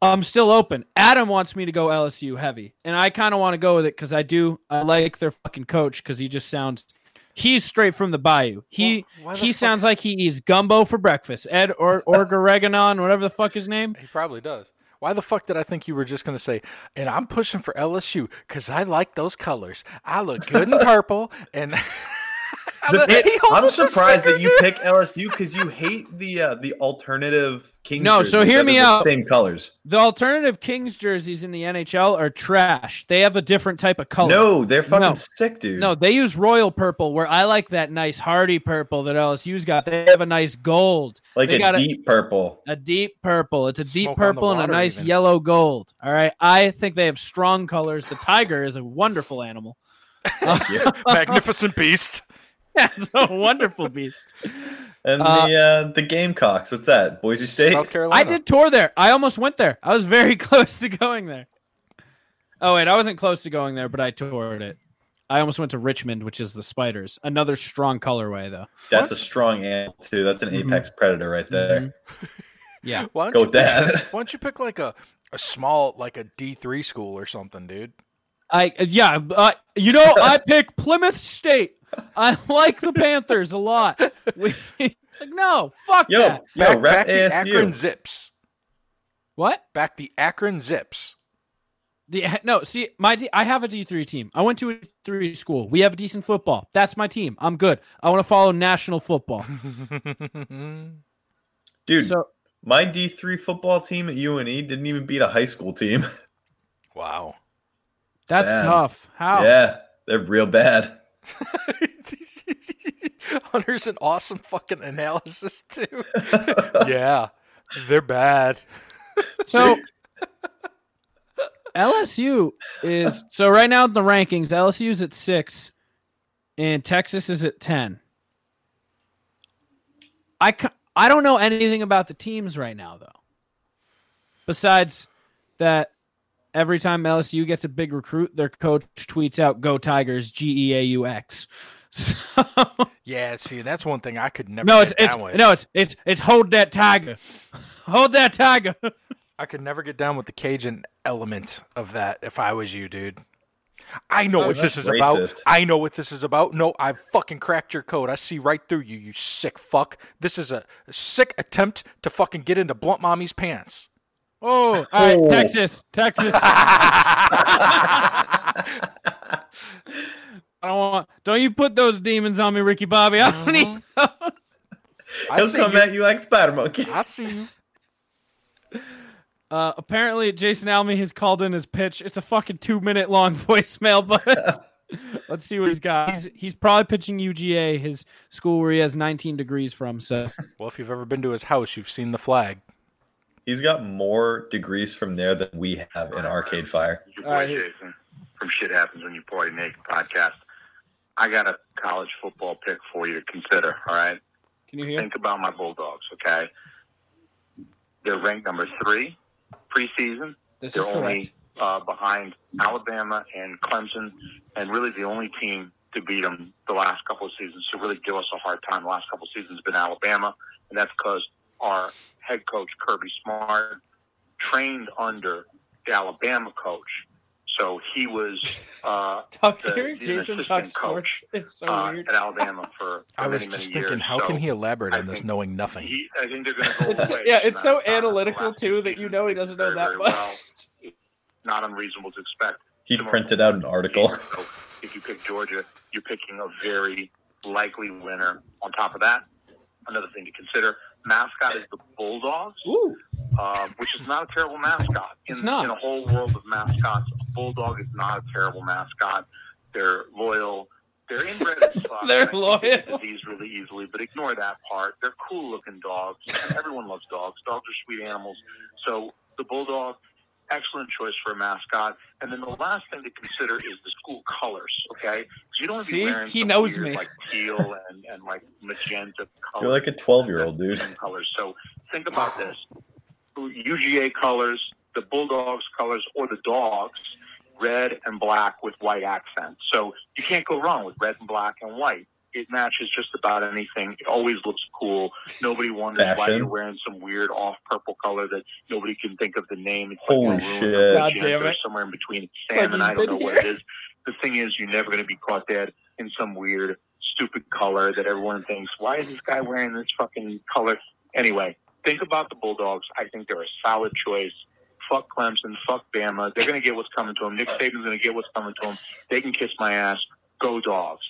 I'm still open. Adam wants me to go LSU heavy, and I kind of want to go with it because I do. I like their fucking coach because he just sounds. He's straight from the bayou. He Why the he fuck- sounds like he eats gumbo for breakfast. Ed or or Gareganon, whatever the fuck his name. He probably does. Why the fuck did I think you were just going to say, and I'm pushing for LSU because I like those colors. I look good in purple, and The- He holds up I'm his surprised finger, that you pick LSU because you hate the uh, the alternative King. No, so hear me out. Same colors. The alternative Kings jerseys in the NHL are trash. They have a different type of color. No, they're fucking No. sick, dude. No, they use royal purple, where I like that nice hardy purple that LSU's got. They have a nice gold, like they a got a- deep purple. a deep purple. It's a deep Smoke on the purple and a water nice even. yellow gold. All right, I think they have strong colors. The tiger is a wonderful animal. Yeah. magnificent beast. That's a wonderful beast. And Uh, the uh, the Gamecocks. What's that? Boise State. South Carolina. I did tour there. I almost went there. I was very close to going there. Oh wait, I wasn't close to going there, but I toured it. I almost went to Richmond, which is the spiders. Another strong colorway, though. That's a strong animal too. That's an Mm-hmm. apex predator right there. Yeah. Why don't Go you with pick- that. Why don't you pick like a, a small, like a D3 school or something, dude? I yeah, uh, you know, I pick Plymouth State. I like the Panthers a lot. We, like no, fuck Yo, that. yo, Back, back rep the Akron ASU. Zips. What Back the Akron Zips. the no? See, my D, I have a D three team. I went to a three school. We have decent football. That's my team. I'm good. I want to follow national football. Dude, So My D3 football team at UNE didn't even beat a high school team. Wow. That's Bad. tough. How? Yeah, they're real bad. Hunter's an awesome fucking analysis too. yeah, they're bad. So LSU is so right now in the rankings, LSU's at six, and Texas is at ten. I ca- I don't know anything about the teams right now though. Besides that, every time LSU gets a big recruit, their coach tweets out "Go Tigers," G E A U X. So, Yeah, see, that's one thing I could never. no, get it's it's down with. no, it's it's it's hold that tiger, hold that tiger. I could never get down with the Cajun element of that. If I was you, dude, I know what this Oh, that's is racist. about. I know what this is about. No, I fucking cracked your code. I see right through you. You sick fuck. This is a sick attempt to fucking get into Blunt Mommy's pants. Oh, all right, Texas, Texas. I don't want. Don't you put those demons on me, Ricky Bobby? I don't need. I He'll see come you. at you like Spider Monkey. I see you. Uh, apparently, Jason Alme has called in his pitch. It's a fucking two-minute long voicemail, but let's see what he's got. He's he's probably pitching UGA, his school where he has 19 degrees from. So Well, if you've ever been to his house, you've seen the flag. He's got more degrees from there than we have in Arcade Fire. Your All boy right. Jason from Shit Happens When You Party Naked podcast. I got a college football pick for you to consider. All right, can you hear? think about my Bulldogs. Okay, they're ranked number three preseason. This They're is correct. only uh, behind Alabama and Clemson, and really the only team to beat them the last couple of seasons to really give us a hard time. The last couple of seasons has been Alabama, and that's because our head coach Kirby Smart trained under the Alabama coach, so he was uh, Tuck, the- hearing the Jason assistant talk coach, sports. It's so uh, weird. at Alabama for. for I was many, just many thinking, years. how can So he elaborate I on this think knowing nothing? he- I think they're going to go It's- away. yeah, it's so Uh, analytical, too, that you know he Did doesn't know very, that very much. well. Not unreasonable to expect. He printed out an article. So if you pick Georgia, you're picking a very likely winner. On top of that, another thing to consider: mascot is the Bulldogs, Ooh, uh, which is not a terrible mascot. In, It's not. in a whole world of mascots, a bulldog is not a terrible mascot. They're loyal. They're inbred as fuck. They're and I think they get loyal. Disease really easily, but ignore that part. They're cool looking dogs. and Everyone loves dogs. Dogs are sweet animals. So the bulldog, excellent choice for a mascot. And then the last thing to consider is the school colors. Okay, 'Cause you don't want to See? be wearing He some knows weird, me. like teal and, and like magenta Oh. color You're like a 12 year old dude. different colors. So think about this: UGA colors, the Bulldogs colors, or the dogs, red and black with white accents. So you can't go wrong with red and black and white. It matches just about anything. It always looks cool. Nobody wonders why Fashion. you're wearing some weird off purple color that nobody can think of the name. It's Holy maroon or shit. God magenta damn or it. Somewhere in between. It's like salmon, he's I don't been know what it is. The thing is, you're never going to be caught dead in some weird, stupid color that everyone thinks, why is this guy wearing this fucking color? Anyway, think about the Bulldogs. I think they're a solid choice. Fuck Clemson. Fuck Bama. They're going to get what's coming to them. Nick Saban's going to get what's coming to them. They can kiss my ass. Go Dogs.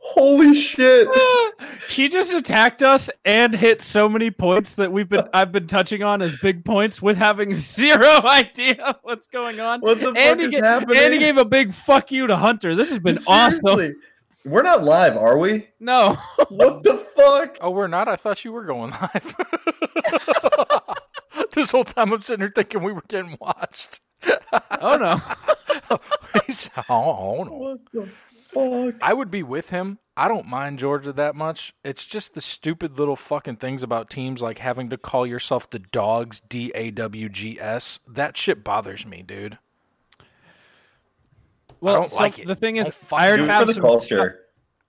Holy shit. he just attacked us and hit so many points that we've been I've been touching on as big points with having zero idea what's going on. What the fuck and, he is ga- happening? and he gave a big fuck you to Hunter. This has been awesome. Seriously. We're not live, are we? No. What the fuck? Oh, we're not? I thought you were going live. this whole time I'm sitting here thinking we were getting watched. Oh no. He's- oh, no. What the fuck? I would be with him. I don't mind Georgia that much. It's just the stupid little fucking things about teams like having to call yourself the dogs D A W G S. That shit bothers me, dude. Well, don't so like it. The thing Don't is, fucking I already Do it for have the some stuff- culture.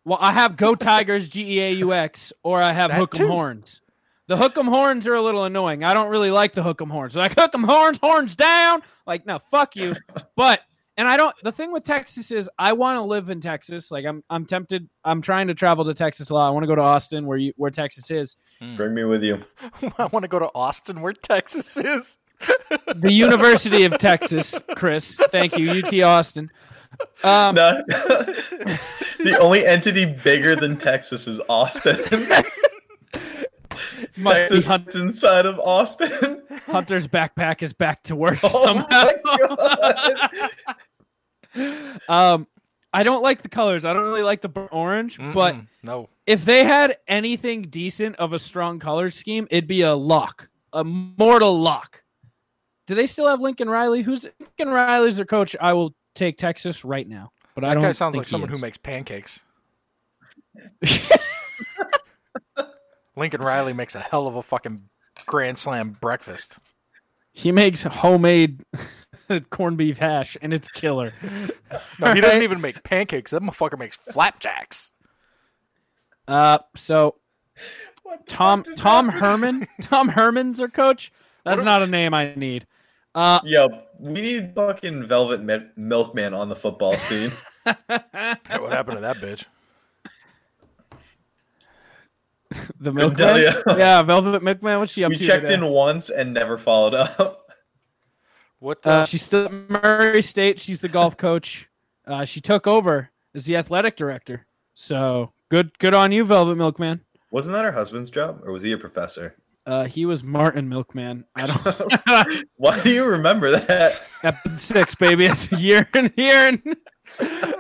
Well, I have Go Tigers G E A U X or I have That Hook'em too. Horns. The Hook'em Horns are a little annoying. I don't really like the Hook'em Horns. Like Hook'em Horns, horns down. Like no, fuck you. But and I don't. The thing with Texas is I want to live in Texas. Like I'm, I'm tempted. I'm trying to travel to Texas a lot. I want to go to Austin, where you, where Texas is. Bring me with you. I want to go to Austin where Texas is. The University of Texas, Chris. Thank you, UT Austin. Um, No. the only entity bigger than Texas is Austin. Must be Texas Hunt- inside of Austin. Hunter's backpack is back to work oh somehow. my god! Um, I don't like the colors. I don't really like the burnt orange, but Mm-mm, no, if they had anything decent of a strong color scheme, it'd be a lock, a mortal lock. Do they still have Lincoln Riley? Who's Lincoln Riley's their coach? I will take Texas right now. But I that don't. guy sounds think like he someone who is. makes pancakes. Lincoln Riley makes a hell of a fucking grand slam breakfast. he makes homemade corned beef hash, and it's killer. No, he doesn't even make pancakes. That motherfucker makes flapjacks. Uh, so What the Tom fuck just Tom happened? Herman Tom Herman's their coach. That's not a name I need. Uh, Yo, we need fucking Velvet Mi- Milkman on the football scene. Yeah, what happened to that bitch? the Milkman. Delia. Yeah, Velvet Milkman. What's she up we to? checked today? in once and never followed up. What? Uh, Uh, she's still at Murray State. She's the golf coach. Uh, she took over as the athletic director. So good, good on you, Velvet Milkman. Wasn't that her husband's job, or was he a professor? Uh, he was Martin Milkman. I don't. Why do you remember that? episode six, baby. It's a year and year and.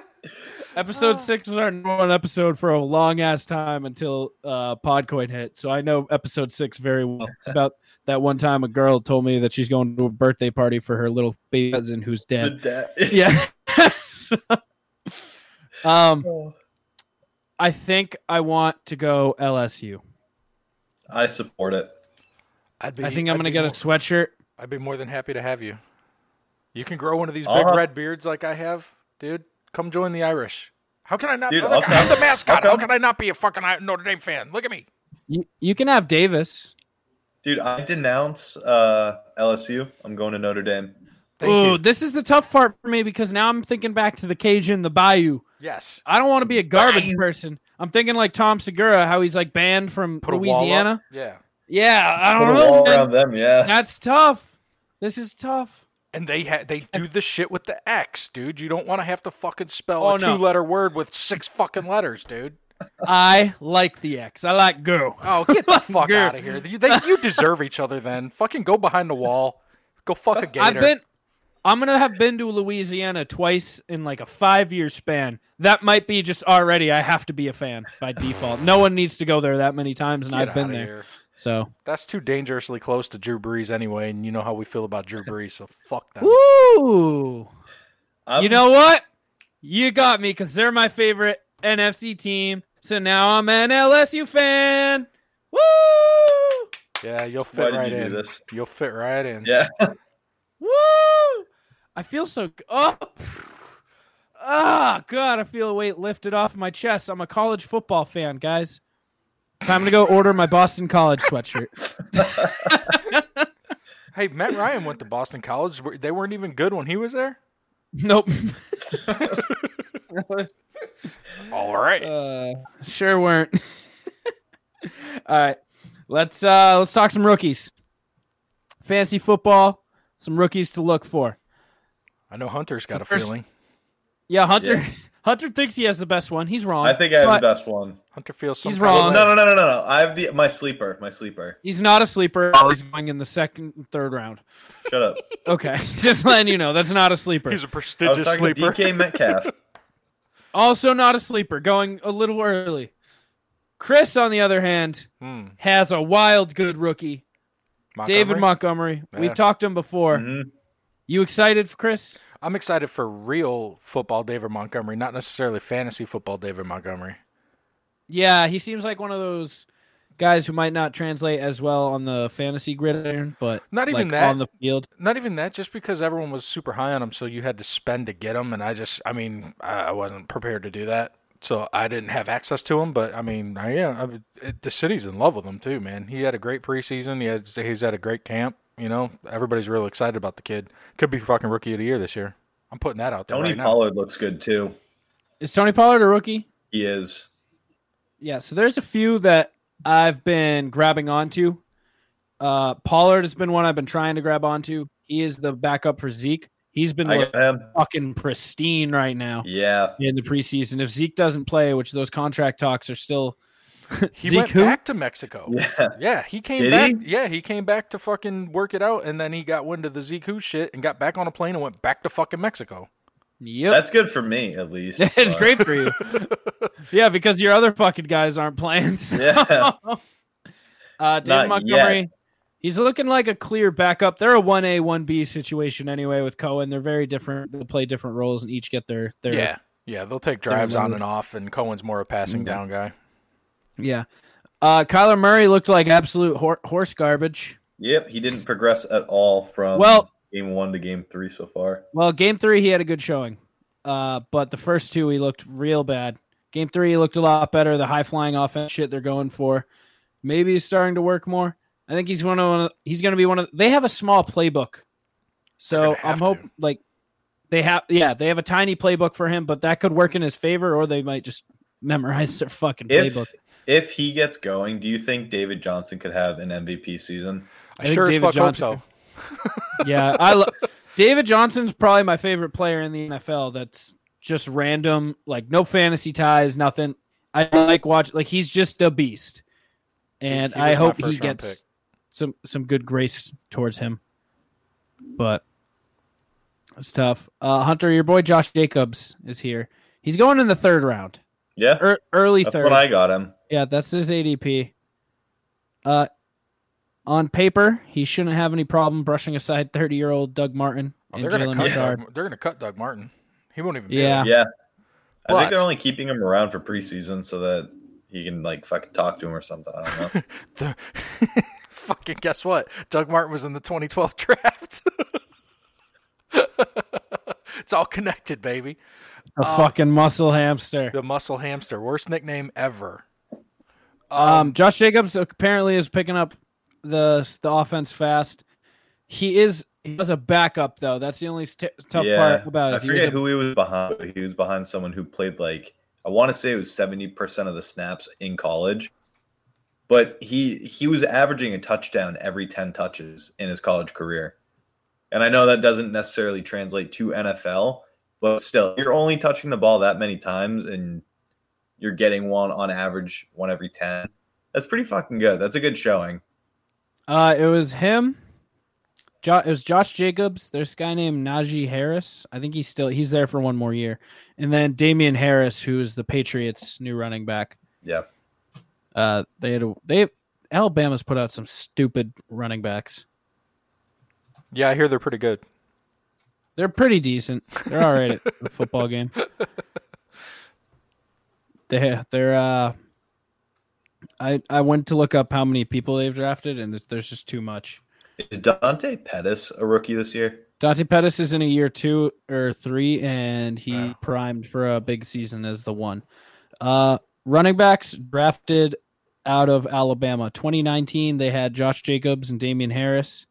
episode six was our number one episode for a long ass time until uh, Podcoin hit. So I know episode six very well. It's about that one time a girl told me that she's going to a birthday party for her little baby cousin who's The dead. dad- yeah. So, um, I think I want to go LSU. I support it. I'd be, I think I'm I'd gonna be get a more- sweatshirt. I'd be more than happy to have you. You can grow one of these I'll big have- red beards like I have, dude. Come join the Irish. How can I not? Dude, I'm, the, I'll I'm come. the mascot. I'll How come. can I not be a fucking I- Notre Dame fan? Look at me. You, you can have Davis. Dude, I denounce uh, LSU. I'm going to Notre Dame. Thank Ooh, you. this is the tough part for me because now I'm thinking back to the Cajun, the Bayou. Yes. I don't want to be a garbage person. I'm thinking like Tom Segura, how he's like banned from Put a wall Louisiana. up. Yeah. Yeah, I Put don't a know. wall man. around them, yeah. That's tough. This is tough. And they ha- they do the shit with the X, dude. You don't want to have to fucking spell Oh, a no. two letter word with six fucking letters, dude. I like the X. I like go. Oh, get the fuck Girl. out of here. You, they, you deserve each other then. Fucking go behind the wall. Go fuck a gator. I've been. I'm gonna have been to Louisiana twice in like a five year span. That might be just already. I have to be a fan by default. no one needs to go there that many times, and Get I've been outta there. here. So, That's too dangerously close to Drew Brees anyway, and you know how we feel about Drew Brees, so fuck that. woo. I'm- you know what? You got me because they're my favorite NFC team. So now I'm an LSU fan. Woo! Yeah, you'll Why fit did right you do in. this? You'll fit right in. Yeah. Woo! I feel so. g- Oh, oh God! I feel a weight lifted off my chest. I'm a college football fan, guys. Time to go order my Boston College sweatshirt. Hey, Matt Ryan went to Boston College. Were- They weren't even good when he was there. Nope. All right. Uh, sure weren't. All right, let's uh, let's talk some rookies. Fantasy football, some rookies to look for. I know Hunter's got a first- feeling. Yeah, Hunter. Yeah. Hunter thinks he has the best one. He's wrong. I think I have but the best one. Hunter feels some He's kind of wrong. way. No, no, no, no, no, no. I have the my sleeper. My sleeper. He's not a sleeper. Oh, He's going in the second, and third round. Shut up. Okay, just letting you know that's not a sleeper. He's a I was prestigious talking sleeper. to DK Metcalf. also not a sleeper. Going a little early. Chris, on the other hand, Hmm, has a wild good rookie. David Montgomery? Montgomery. Yeah. We've talked to him before. Mhm. You excited for Chris? I'm excited for real football David Montgomery, not necessarily fantasy football David Montgomery. Yeah, he seems like one of those guys who might not translate as well on the fantasy gridiron, but Not even like, that. on the field. Not even that, just because everyone was super high on him, so you had to spend to get him. And I just, I mean, I I wasn't prepared to do that, so I didn't have access to him. But I mean, I, yeah, I, would- it, the city's in love with him too, man. He had a great preseason. He had, he's had a great camp. You know, everybody's real excited about the kid. Could be fucking rookie of the year this year. I'm putting that out there Tony right now. Pollard looks good too. Is Tony Pollard a rookie? He is. Yeah, so there's a few that I've been grabbing onto. Uh, Pollard has been one I've been trying to grab onto. He is the backup for Zeke. He's been I look- got him. fucking pristine right now Yeah. in the preseason. If Zeke doesn't play, which those contract talks are still He Zeke went who? back to Mexico. Yeah. Yeah, he came Did back. he? Yeah, he came back to fucking work it out, and then he got wind of the Zeke who shit and got back on a plane and went back to fucking Mexico. Yep. That's good for me, at least. it's But- great for you. yeah, because your other fucking guys aren't playing. so- Yeah. uh, Dan Not Montgomery, yet. he's looking like a clear backup. They're a one A, one B situation anyway with Cohen. They're very different. They play different roles and each get their their Yeah, yeah, they'll take drives on remember. and off, and Cohen's more a passing down guy. yeah. Uh, Kyler Murray looked like absolute hor- horse garbage. Yep, he didn't progress at all from Well- game one to game three so far. Well, game three, he had a good showing. Uh, but the first two, he looked real bad. Game three, he looked a lot better. The high flying offense shit they're going for. Maybe he's starting to work more. I think he's one of he's going to be one of. They have a small playbook, They're so gonna I'm have hope to. like they have yeah they have a tiny playbook for him, but that could work in his favor, or they might just memorize their fucking If playbook. if he gets going, do you think David Johnson could have an MVP season? I, I think sure as David fuck Johnson- hope so. yeah, I lo- David Johnson's probably my favorite player in the NFL. That's just random, like no fantasy ties, nothing. I like watch like he's just a beast, and He- he I was my hope first he round gets pick. some some good grace towards him. But it's tough. Uh, Hunter, your boy Josh Jacobs is here. He's going in the third round, Yeah, er, early that's third. what I got him. Yeah, that's his ADP. Uh, on paper, he shouldn't have any problem brushing aside 30 year old Doug Martin Oh, and they're gonna Jalen cut. Richard. Doug, they're gonna cut Doug Martin. He won't even. Yeah. Yeah. Yeah, I But- think they're only keeping him around for preseason so that he can like fucking talk to him or something. I don't know. The, fucking guess what? Doug Martin was in the 2012 draft. it's all connected, baby. A fucking muscle hamster. The muscle hamster, worst nickname ever. Um, Josh Jacobs apparently is picking up the the offense fast. He is he was a backup though. That's the only st- tough yeah, part about it. I is he was forget a- who he was behind. But he was behind someone who played like I want to say it was seventy percent of the snaps in college, but he he was averaging a touchdown every ten touches in his college career. And I know that doesn't necessarily translate to NFL, but still, you're only touching the ball that many times, and you're getting one on average, one every ten. That's pretty fucking good. That's a good showing. Uh, it was him. Jo- it was Josh Jacobs. There's a guy named Najee Harris. I think he's still he's there for one more year, and then Damian Harris, who is the Patriots' new running back. Yeah. Uh, they had a, they Alabama's put out some stupid running backs. Yeah, I hear they're pretty good. They're pretty decent. They're all right at the football game. They they're uh. I I went to look up how many people they've drafted, and it, there's just too much. Is Dante Pettis a rookie this year? Dante Pettis is in a year two or three, and he primed for a big season as the one. Uh, running backs drafted out of Alabama. 2019, they had Josh Jacobs and Damian Harris.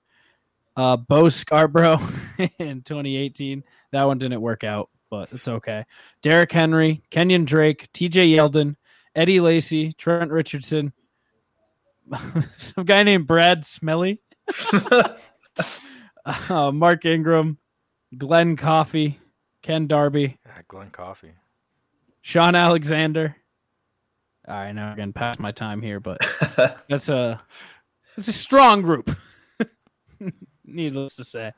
Uh, Bo Scarborough in 2018. That one didn't work out, but it's okay. Derrick Henry, Kenyon Drake, TJ Yeldon, Eddie Lacy, Trent Richardson, some guy named Brad Smelly uh, Mark Ingram, Glenn Coffey, Ken Darby, Yeah, Glenn Coffee. Sean Alexander. All right, now I'm getting past my time here, but that's a that's a strong group. Needless to say,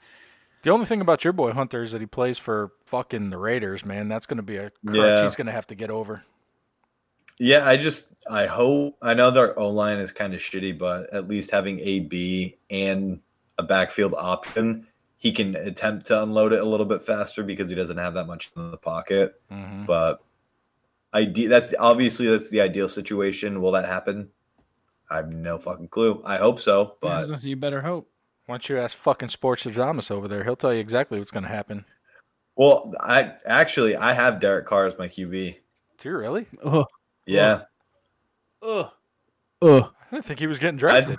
The only thing about your boy Hunter is that he plays for fucking the Raiders, man. That's going to be a crutch Yeah. he's going to have to get over. Yeah, I just I hope I know their O line is kind of shitty, but at least having a B and a backfield option, he can attempt to unload it a little bit faster because he doesn't have that much in the pocket. Mhm. But ide- that's obviously that's the ideal situation. Will that happen? I have no fucking clue. I hope so, but you better hope. Why don't you ask fucking Sports Adamas over there? He'll tell you exactly what's going to happen. well, I actually I have Derek Carr as my QB. Do you really? Oh, Yeah, oh, oh. I didn't think he was getting drafted.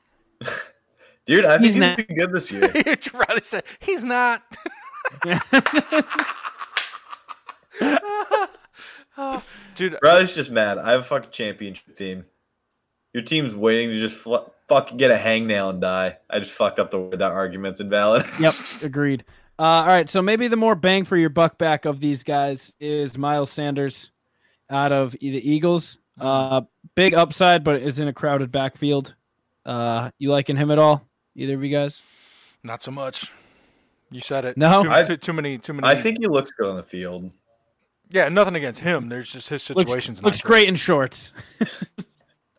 dude, I think He's he's not- been good this year. Riley said, he's not. Oh. Dude, Riley's just mad. I have a fucking championship team. Your team's waiting to just fl- fuck get a hangnail and die. I just fucked up the word. That argument's invalid. Yep, agreed. Uh, all right, so maybe the more bang for your buck back of these guys is Miles Sanders out of the Eagles. Uh, big upside, but is in a crowded backfield. Uh, you liking him at all? Either of you guys? Not so much. You said it. No. too, I- too, too many, too many. I think he looks good on the field. yeah, nothing against him. There's just his Looks, situation's looks not great. great in shorts.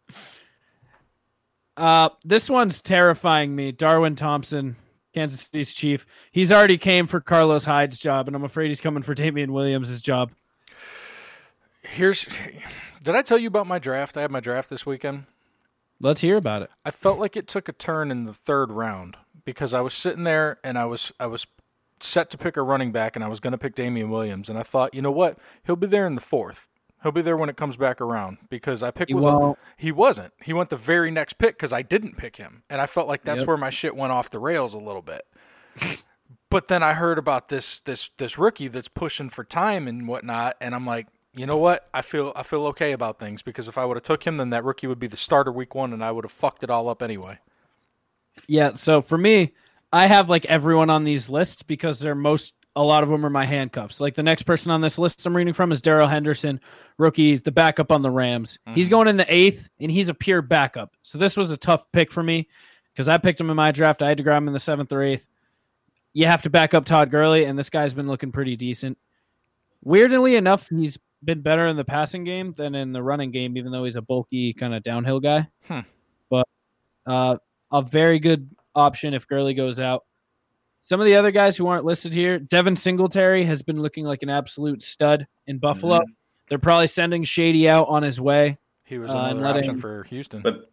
uh, this one's terrifying me. Darwin Thompson, Kansas City's chief. He's already came for Carlos Hyde's job, and I'm afraid he's coming for Damian Williams' job. Here's, did I tell you about my draft? I had my draft this weekend. Let's hear about it. I felt like it took a turn in the third round because I was sitting there and I was I was set to pick a running back and I was going to pick Damian Williams and I thought, you know what, he'll be there in the fourth. He'll be there when it comes back around because I picked. He with a- won't. he wasn't. He went the very next pick because I didn't pick him, and I felt like that's Yep. where my shit went off the rails a little bit. but then I heard about this this this rookie that's pushing for time and whatnot, and I'm like, you know what? I feel I feel okay about things because if I would have took him, then that rookie would be the starter week one, and I would have fucked it all up anyway. Yeah, so for me, I have like everyone on these lists because they're most a lot of them are my handcuffs. Like the next person on this list I'm reading from is Daryl Henderson, rookie, the backup on the Rams. He's going in the eighth, and he's a pure backup. So this was a tough pick for me because I picked him in my draft. I had to grab him in the seventh or eighth. You have to back up Todd Gurley, and this guy's been looking pretty decent. Weirdly enough, he's been better in the passing game than in the running game, even though he's a bulky kind of downhill guy. Hmm. But uh, a very good option if Gurley goes out. Some of the other guys who aren't listed here, Devin Singletary has been looking like an absolute stud in Buffalo. They're probably sending Shady out on his way. He was Uh, and another let option him- for Houston. But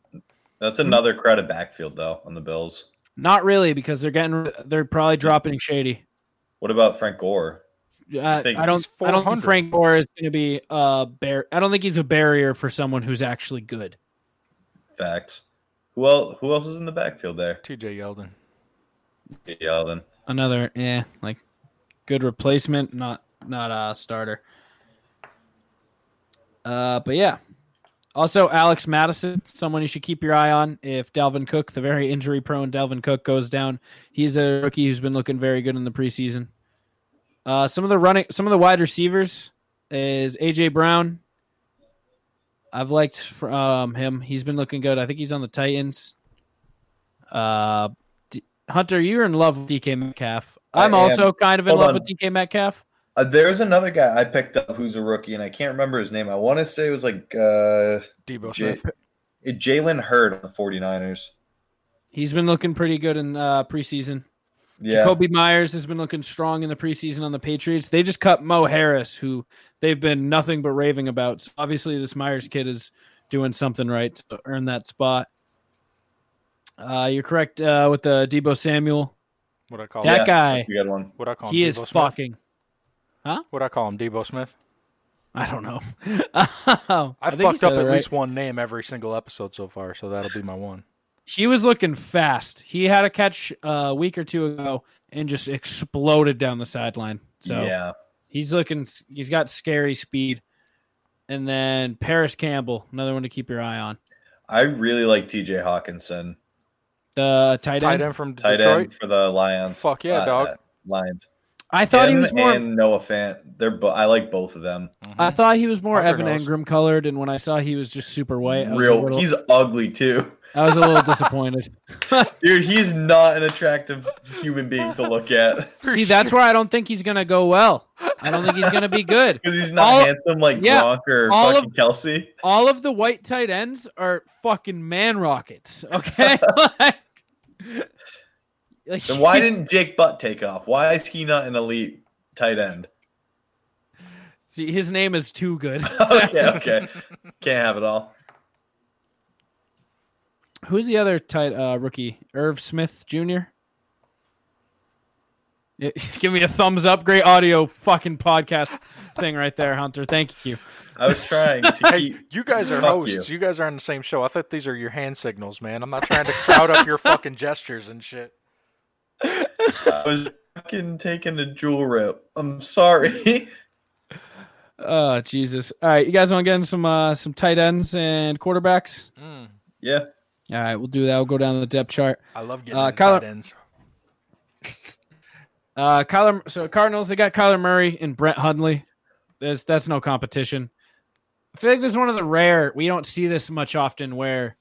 that's Mm-hmm. another crowded backfield though on the Bills. Not really, because they're getting they're probably dropping Shady. What about Frank Gore? Uh, I think I don't. he's I 400. don't think Frank Moore is going to be a bear. I don't think he's a barrier for someone who's actually good. Fact. Who else? Who else is in the backfield there? T.J. Yeldon. Yeah, then Another, yeah, like good replacement, not not a starter. Uh, but yeah. Also, Alex Madison, someone you should keep your eye on. If Dalvin Cook, the very injury-prone Dalvin Cook, goes down, he's a rookie who's been looking very good in the preseason. Uh, some of the running, some of the wide receivers is AJ Brown. I've liked from him. He's been looking good. I think he's on the Titans. Uh, D- Hunter, you're in love with DK Metcalf. I I'm am. also Oh, kind of in Hold love on. with DK Metcalf. Uh, there's another guy I picked up who's a rookie, and I can't remember his name. I want to say it was like uh, Debo J- Smith. eh, Jalen Hurd on the 49ers. He's been looking pretty good in uh, preseason. Yeah, Jacoby Myers has been looking strong in the preseason on the Patriots. They just cut Mo Harris, who they've been nothing but raving about. So obviously, this Myers kid is doing something right to earn that spot. Uh, you're correct uh, with the Debo Samuel. What I call That him? guy. that's a good one. What I call him? He Debo is Smith? fucking. What I call him? Debo Smith. I don't know. I, think he fucked up said it at right. least one name every single episode so far, so that'll be my one. He was looking fast. He had a catch uh, a week or two ago and just exploded down the sideline. So yeah, He's looking. He's got scary speed. And then Paris Campbell, another one to keep your eye on. I really like T.J. Hawkinson, The tight end. Tight end from tight Detroit. end for the Lions. Uh, Fuck yeah, dog. Lions. I thought he Him was more. and Noah Fant. They're bo- I like both of them. I thought he was more Parker Evan knows. Engram colored, and when I saw he was just super white, I was, a Real. little, He's ugly too, I was a little disappointed. dude. He's not an attractive human being to look at See, that's where I don't think he's gonna go well. I don't think he's gonna be good. because he's not All- handsome like yeah, Gronk or all fucking Kelsey. All of the white tight ends are fucking man rockets. Okay. like, like, Then why didn't Jake Butt take off? Why is he not an elite tight end? See, his name is too good. okay, okay. Can't have it all. Who's the other tight uh, rookie? Irv Smith Jr. Yeah, Give me a thumbs up. Great audio fucking podcast thing right there, Hunter. Thank you. I was trying to Hey, keep. you guys are Fuck hosts. You. guys are on the same show. I thought these are your hand signals, man. I'm not trying to crowd up your fucking gestures and shit. I was fucking taking a jewel rip. I'm sorry. Oh Jesus! All right, you guys want to get in some uh, some tight ends and quarterbacks? yeah. All right, we'll do that. We'll go down the depth chart. I love getting Uh, in Kyler- tight ends. Uh, Kyler. So Cardinals, they got Kyler Murray and Brett Hundley. There's that's no competition. I feel like this is one of the rare we don't see this much often where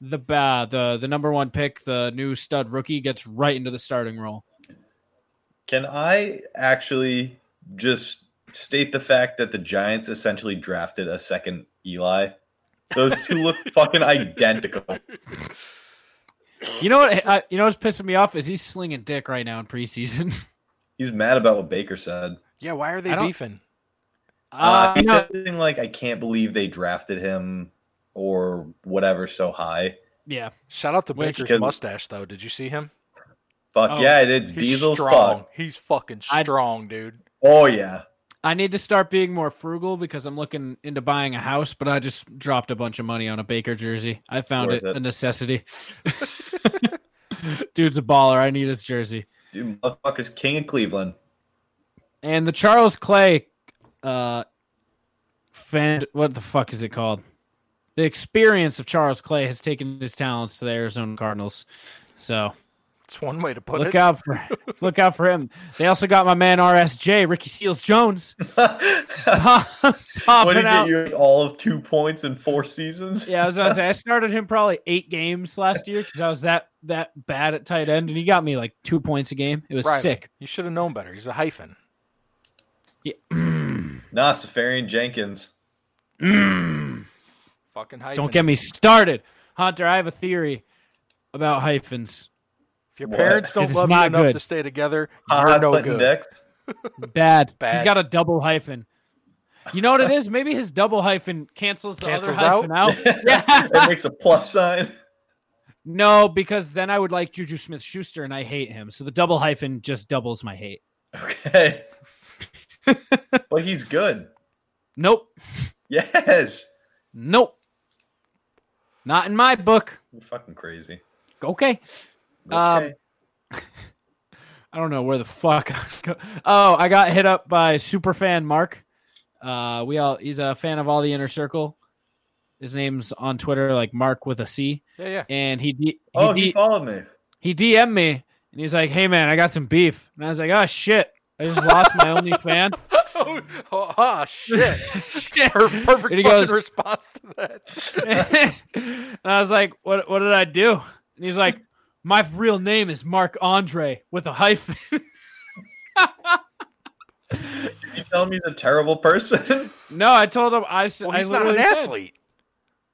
the uh, the the number one pick, the new stud rookie, gets right into the starting role. Can I actually just state the fact that the Giants essentially drafted a second Eli? Those two look fucking identical. You know what? I, you know what's pissing me off is he's slinging dick right now in preseason. He's mad about what Baker said. Yeah, why are they I don't- beefing? Uh, Uh, he's no, said something like, "I can't believe they drafted him or whatever so high." yeah, Shout out to Which- Baker's Because- mustache though. Did you see him? Fuck Oh, yeah, it's He's Diesel's strong. fuck. He's fucking I- strong, dude. Oh yeah, I need to start being more frugal because I'm looking into buying a house, but I just dropped a bunch of money on a Baker jersey. I found Worth it, it. a necessity. Dude's a baller. I need his jersey. dude, motherfucker's king of Cleveland. And the Charles Clay, uh, fan, what the fuck is it called? The experience of Charles Clay has taken his talents to the Arizona Cardinals. So It's one way to put it. look out for look out for him. They also got my man RSJ, Ricky Seals Jones, what did popping he out. get you? All of two points in four seasons. Yeah, I was gonna say I started him probably eight games last year because I was that that bad at tight end, and he got me like two points a game. It was Riley, sick. You should have known better. He's a hyphen. Nah, Safarian Jenkins. Fucking hyphen. Don't get me started, Hunter. I have a theory about hyphens. If your What? parents don't It's love you not enough good. to stay together, Ha you're ha, no Clinton good. Dix. Bad. Bad. He's got a double hyphen. You know what it is? Maybe his double hyphen cancels the Cancels other hyphen out. Oh, yeah. That makes a plus sign. No, because then I would like Juju Smith Schuster and I hate him. So the double hyphen just doubles my hate. Okay. but he's good. Nope. Yes. Nope. Not in my book. You're fucking crazy. Okay. Um, Okay. I don't know where the fuck. I was go- oh, I got hit up by super fan Mark. Uh, we all he's a fan of all the inner circle. His name's on Twitter like Mark with a C, Yeah, yeah. and he d he, oh, d- he followed me. he DM'd me and he's like, "Hey man, I got some beef," and I was like, "Oh shit, I just lost my only fan." Oh, oh, ah, shit. Perfect, perfect And fucking he goes- response to that. and I was like, "What? What did I do?" And he's like, "My real name is Mark Andre with a hyphen." You tell me he's a terrible person. no, I told him I. s- Well, I he's not an literally said- athlete.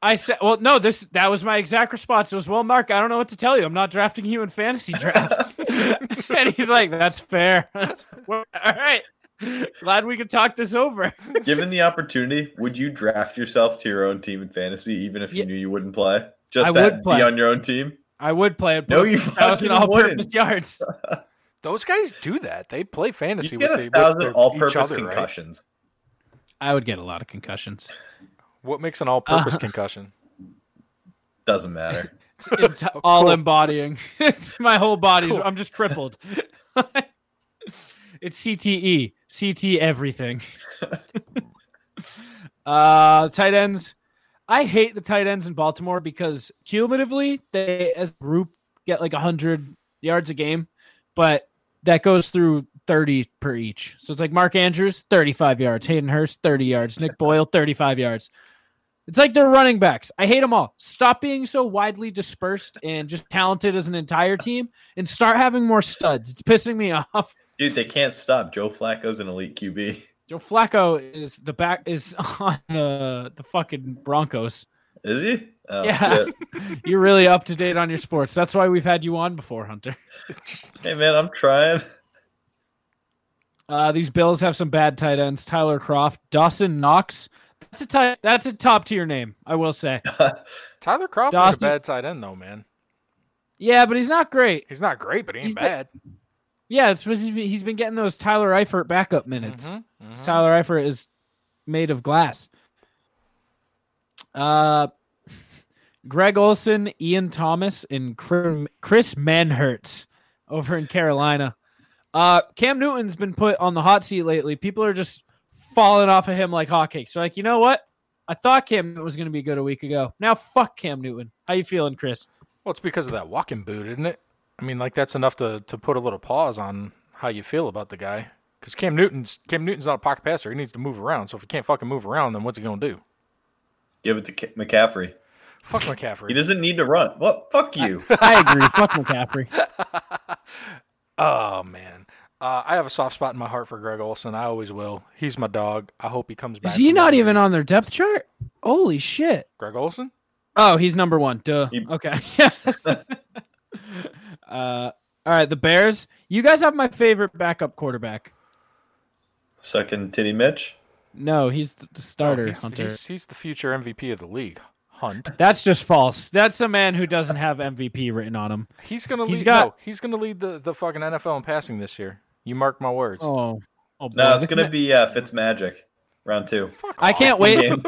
I said, well, no, this that was my exact response. It was, well, Mark, I don't know what to tell you. I'm not drafting you in fantasy drafts. and he's like, that's fair. All right. Glad we could talk this over. Given the opportunity, would you draft yourself to your own team in fantasy, even if you Yeah. knew you wouldn't play? Just I to would be play. on your own team? I would play it. No, you thousand fucking all-purpose wouldn't. yards. Those guys do that. They play fantasy You with, get the, a with thousand their- all-purpose each other, right? concussions. I would get a lot of concussions. What makes an all-purpose Uh, concussion? Doesn't matter. It's enti- all cool. embodying. it's my whole body. Cool. I'm just crippled. it's CTE, CT everything. uh tight ends. I hate the tight ends in Baltimore because cumulatively they as a group get like 100 yards a game, but that goes through 30 per each. So it's like Mark Andrews 35 yards, Hayden Hurst 30 yards, Nick Boyle 35 yards. It's like they're running backs. I hate them all. Stop being so widely dispersed and just talented as an entire team and start having more studs. It's pissing me off. Dude, they can't stop. Joe Flacco's an elite QB. Joe Flacco is the back is on the the fucking Broncos. Is he? Oh, Yeah. shit. You're really up to date on your sports. That's why we've had you on before, Hunter. Hey, man, I'm trying. Uh, these Bills have some bad tight ends. Tyler Croft, Dawson Knox. That's a tight, that's a top tier name, I will say. Tyler Croft is a Dawson- bad tight end, though, man. Yeah, but he's not great. He's not great, but he ain't He's been- bad. Yeah, it's because he's been- he's been getting those Tyler Eifert backup minutes. Mhm, mhm. Tyler Eifert is made of glass. Uh, Greg Olson, Ian Thomas, and Crim- Chris Manhertz over in Carolina. Uh, Cam Newton's been put on the hot seat lately. People are just falling off of him like hotcakes. They're like, you know what? I thought Cam Newton was going to be good a week ago. Now fuck Cam Newton. How you feeling, Chris? Well, it's because of that walking boot, isn't it? I mean, like that's enough to, to put a little pause on how you feel about the guy. Because Cam Newton's Cam Newton's not a pocket passer. He needs to move around. So if he can't fucking move around, then what's he gonna do? Give it to Ca- McCaffrey. Fuck He McCaffrey. doesn't need to run. Well, fuck you. I agree. Fuck McCaffrey. Oh man, uh, I have a soft spot in my heart for Greg Olson. I always will. He's my dog. I hope he comes back. Is he from not injury. even on their depth chart? Holy shit. Greg Olson? Oh, he's number one. Duh. He- Okay. Yeah. uh, all right. The Bears. You guys have my favorite backup quarterback. Sucking titty Mitch. No, he's the the starter, Oh, he's, Hunter. he's- he's the future MVP of the league. Hunt. That's just false. That's a man who doesn't have MVP written on him. He's gonna He's lead. got- no, he's gonna lead the, the fucking NFL in passing this year. You mark my words. Oh. oh boy. No, it's gonna be uh, Fitz Magic, round two. Fuck I can't off. wait. Game.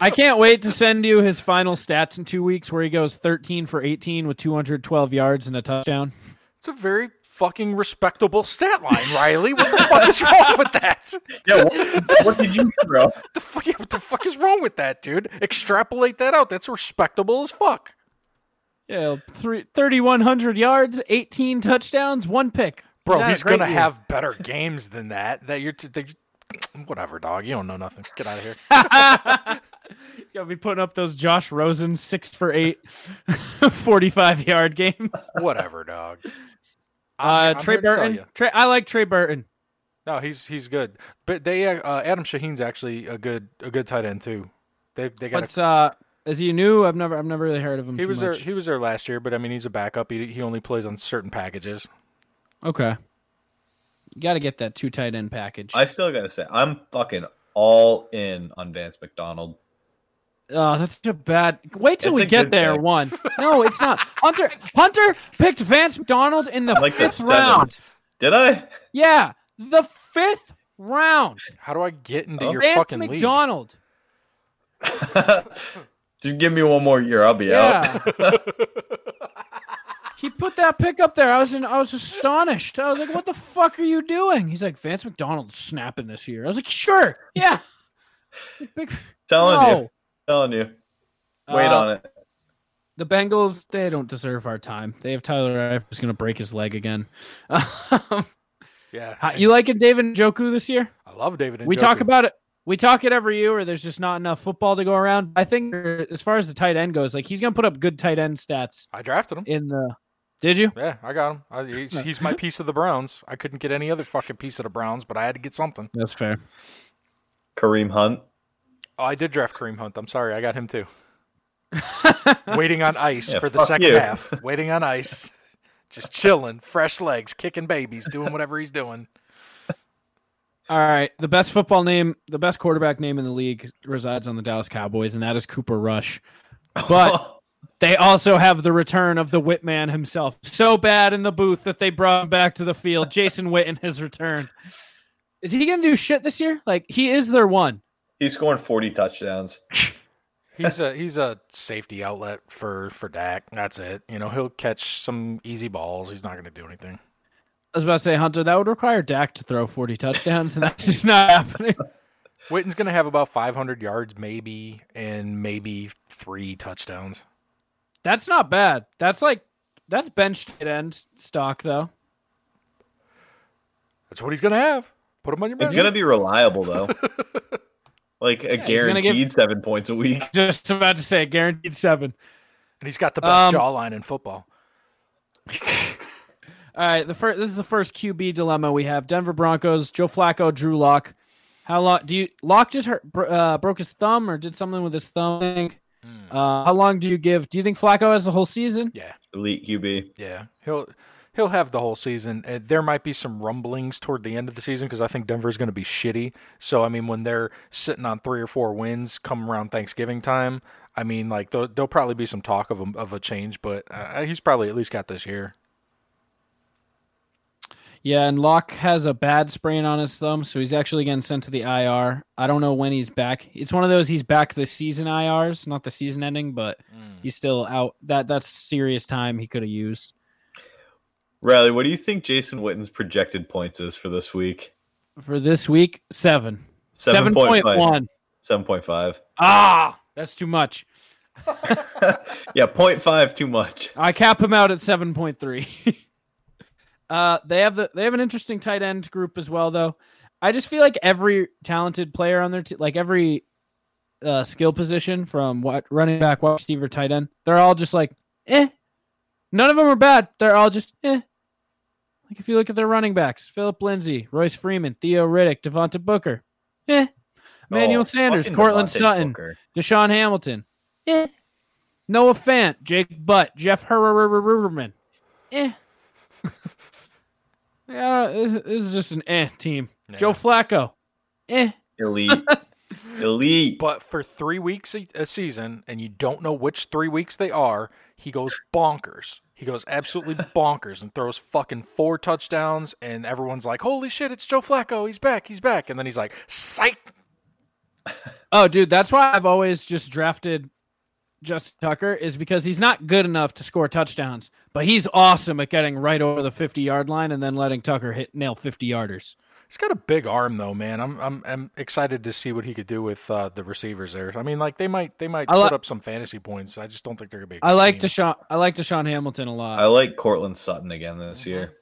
I can't wait to send you his final stats in two weeks, where he goes 13 for 18 with 212 yards and a touchdown. It's a very fucking respectable stat line, Riley. What the fuck is wrong with that? Yeah, what, what did you, bro? The fuck, what the fuck is wrong with that, dude? Extrapolate that out. That's respectable as fuck. Yeah, three, 3,100 yards, 18 touchdowns, one pick. Bro, had a he's great gonna year. have better games than that. That you're, t- that you whatever, dog. You don't know nothing. Get out of here. He's gonna be putting up those Josh Rosen six for eight, 45 yard games. whatever, dog. Uh, I'm Trey here to tell Burton. you. Trey, I like Trey Burton. No, he's he's good. But they uh, uh, Adam Shaheen's actually a good a good tight end too. They they got a What's uh? Is he new? I've never, I've never really heard of him. He too was there. much. He was there last year, but I mean, he's a backup. He he only plays on certain packages. Okay. You got to get that two tight end package. I still gotta say, I'm fucking all in on Vance McDonald. Oh, that's such a bad. Wait till It's we a get good there. pick. One. No, it's not. Hunter Hunter picked Vance McDonald in the like that fifth seven. round. Did I? Yeah, the fifth round. How do I get into your Vance fucking league? McDonald. Just give me one more year, I'll be out. Yeah. he put that pick up there. I was in, I was astonished. I was like, "What the fuck are you doing?" He's like, "Vance McDonald's snapping this year." I was like, "Sure, yeah." Big- Telling no. you, telling you. Wait Uh, on it. The Bengals, they don't deserve our time. They have Tyler Eifert who's going to break his leg again. Um, Yeah, how- you liking David Joku this year? I love David. And We talk about it. We talk it every year. Where there's just not enough football to go around. I think uh, as far as the tight end goes, like he's going to put up good tight end stats I drafted him. in the. Did you? Yeah, I got him. I, he's, he's my piece of the Browns. I couldn't get any other fucking piece of the Browns, but I had to get something. That's fair. Kareem Hunt. Oh, I did draft Kareem Hunt. I'm sorry, I got him too. Waiting on ice Yeah, for the fuck second you. half. Waiting on ice, just chilling, fresh legs, kicking babies, doing whatever he's doing. All right. The best football name, the best quarterback name in the league resides on the Dallas Cowboys, and that is Cooper Rush. But they also have the return of the Whitman himself. So bad in the booth that they brought him back to the field. Jason Witten has returned. Is he going to do shit this year? Like, he is their one. He's scoring 40 touchdowns. He's a he's a safety outlet for for Dak. That's it. You know, he'll catch some easy balls. He's not going to do anything. I was about to say, Hunter, that would require Dak to throw 40 touchdowns, and that's just not happening. Witten's going to have about 500 yards, maybe, and maybe three touchdowns. That's not bad. That's like, that's bench tight end stock, though. That's what he's going to have. Put him on your It's bench. going to be reliable, though. like he's a gonna guaranteed give- seven points a week. Just about to say, guaranteed seven. and he's got the best Um, jawline in football. All right, the first this is the first QB dilemma we have. Denver Broncos, Joe Flacco, Drew Lock. How long do you Lock just hurt, bro- uh, broke his thumb or did something with his thumb? I think. Uh, how long do you give? Do you think Flacco has the whole season? Yeah, Elite QB. yeah. He'll he'll have the whole season. Uh, there might be some rumblings toward the end of the season because I think Denver's going to be shitty. So I mean, when they're sitting on three or four wins come around Thanksgiving time, I mean, like there'll, there'll probably be some talk of a, of a change, but uh, he's probably at least got this year. Yeah, and Locke has a bad sprain on his thumb, so he's actually getting sent to the IR. I don't know when he's back. It's one of those he's back this season IRs, not the season ending, but he's still out. That that's serious time he could have used. Riley, what do you think Jason Witten's projected points is for this week? For this week, seven. 7.5. 7.1. 7.5. Ah, that's too much. Yeah, 0.5 too much. I cap him out at seven point three. uh, they have the they have an interesting tight end group as well, though. I just feel like every talented player on their team, like every uh, skill position from what running back, wide receiver, tight end. They're all just like, eh. None of them are bad. They're all just eh. Like if you look at their running backs, Philip Lindsay, Royce Freeman, Theo Riddick, Devonta Booker, eh. Emmanuel Oh, Sanders, fucking Cortland Devontae Sutton, Booker. Deshaun Hamilton, eh. Noah Fant, Jake Butt, Jeff Herrerman, eh. yeah, this this is just an eh team. Joe Yeah. Flacco, eh. Elite. Elite. But for three weeks a, a season, and you don't know which three weeks they are, he goes bonkers. He goes absolutely bonkers and throws fucking four touchdowns, and everyone's like, "Holy shit, it's Joe Flacco! He's back! He's back!" And then he's like, "Psych!" Oh, dude, that's why I've always just drafted Justin Tucker is because he's not good enough to score touchdowns, but he's awesome at getting right over the fifty yard line and then letting Tucker hit nail fifty yarders. He's got a big arm, though, man. I'm I'm, I'm excited to see what he could do with uh, the receivers there. I mean, like they might they might I li- put up some fantasy points. I just don't think they're gonna be. a I good like team. Deshaun. I like Deshaun Hamilton a I lot. like Cortland Sutton again this Uh-huh. year.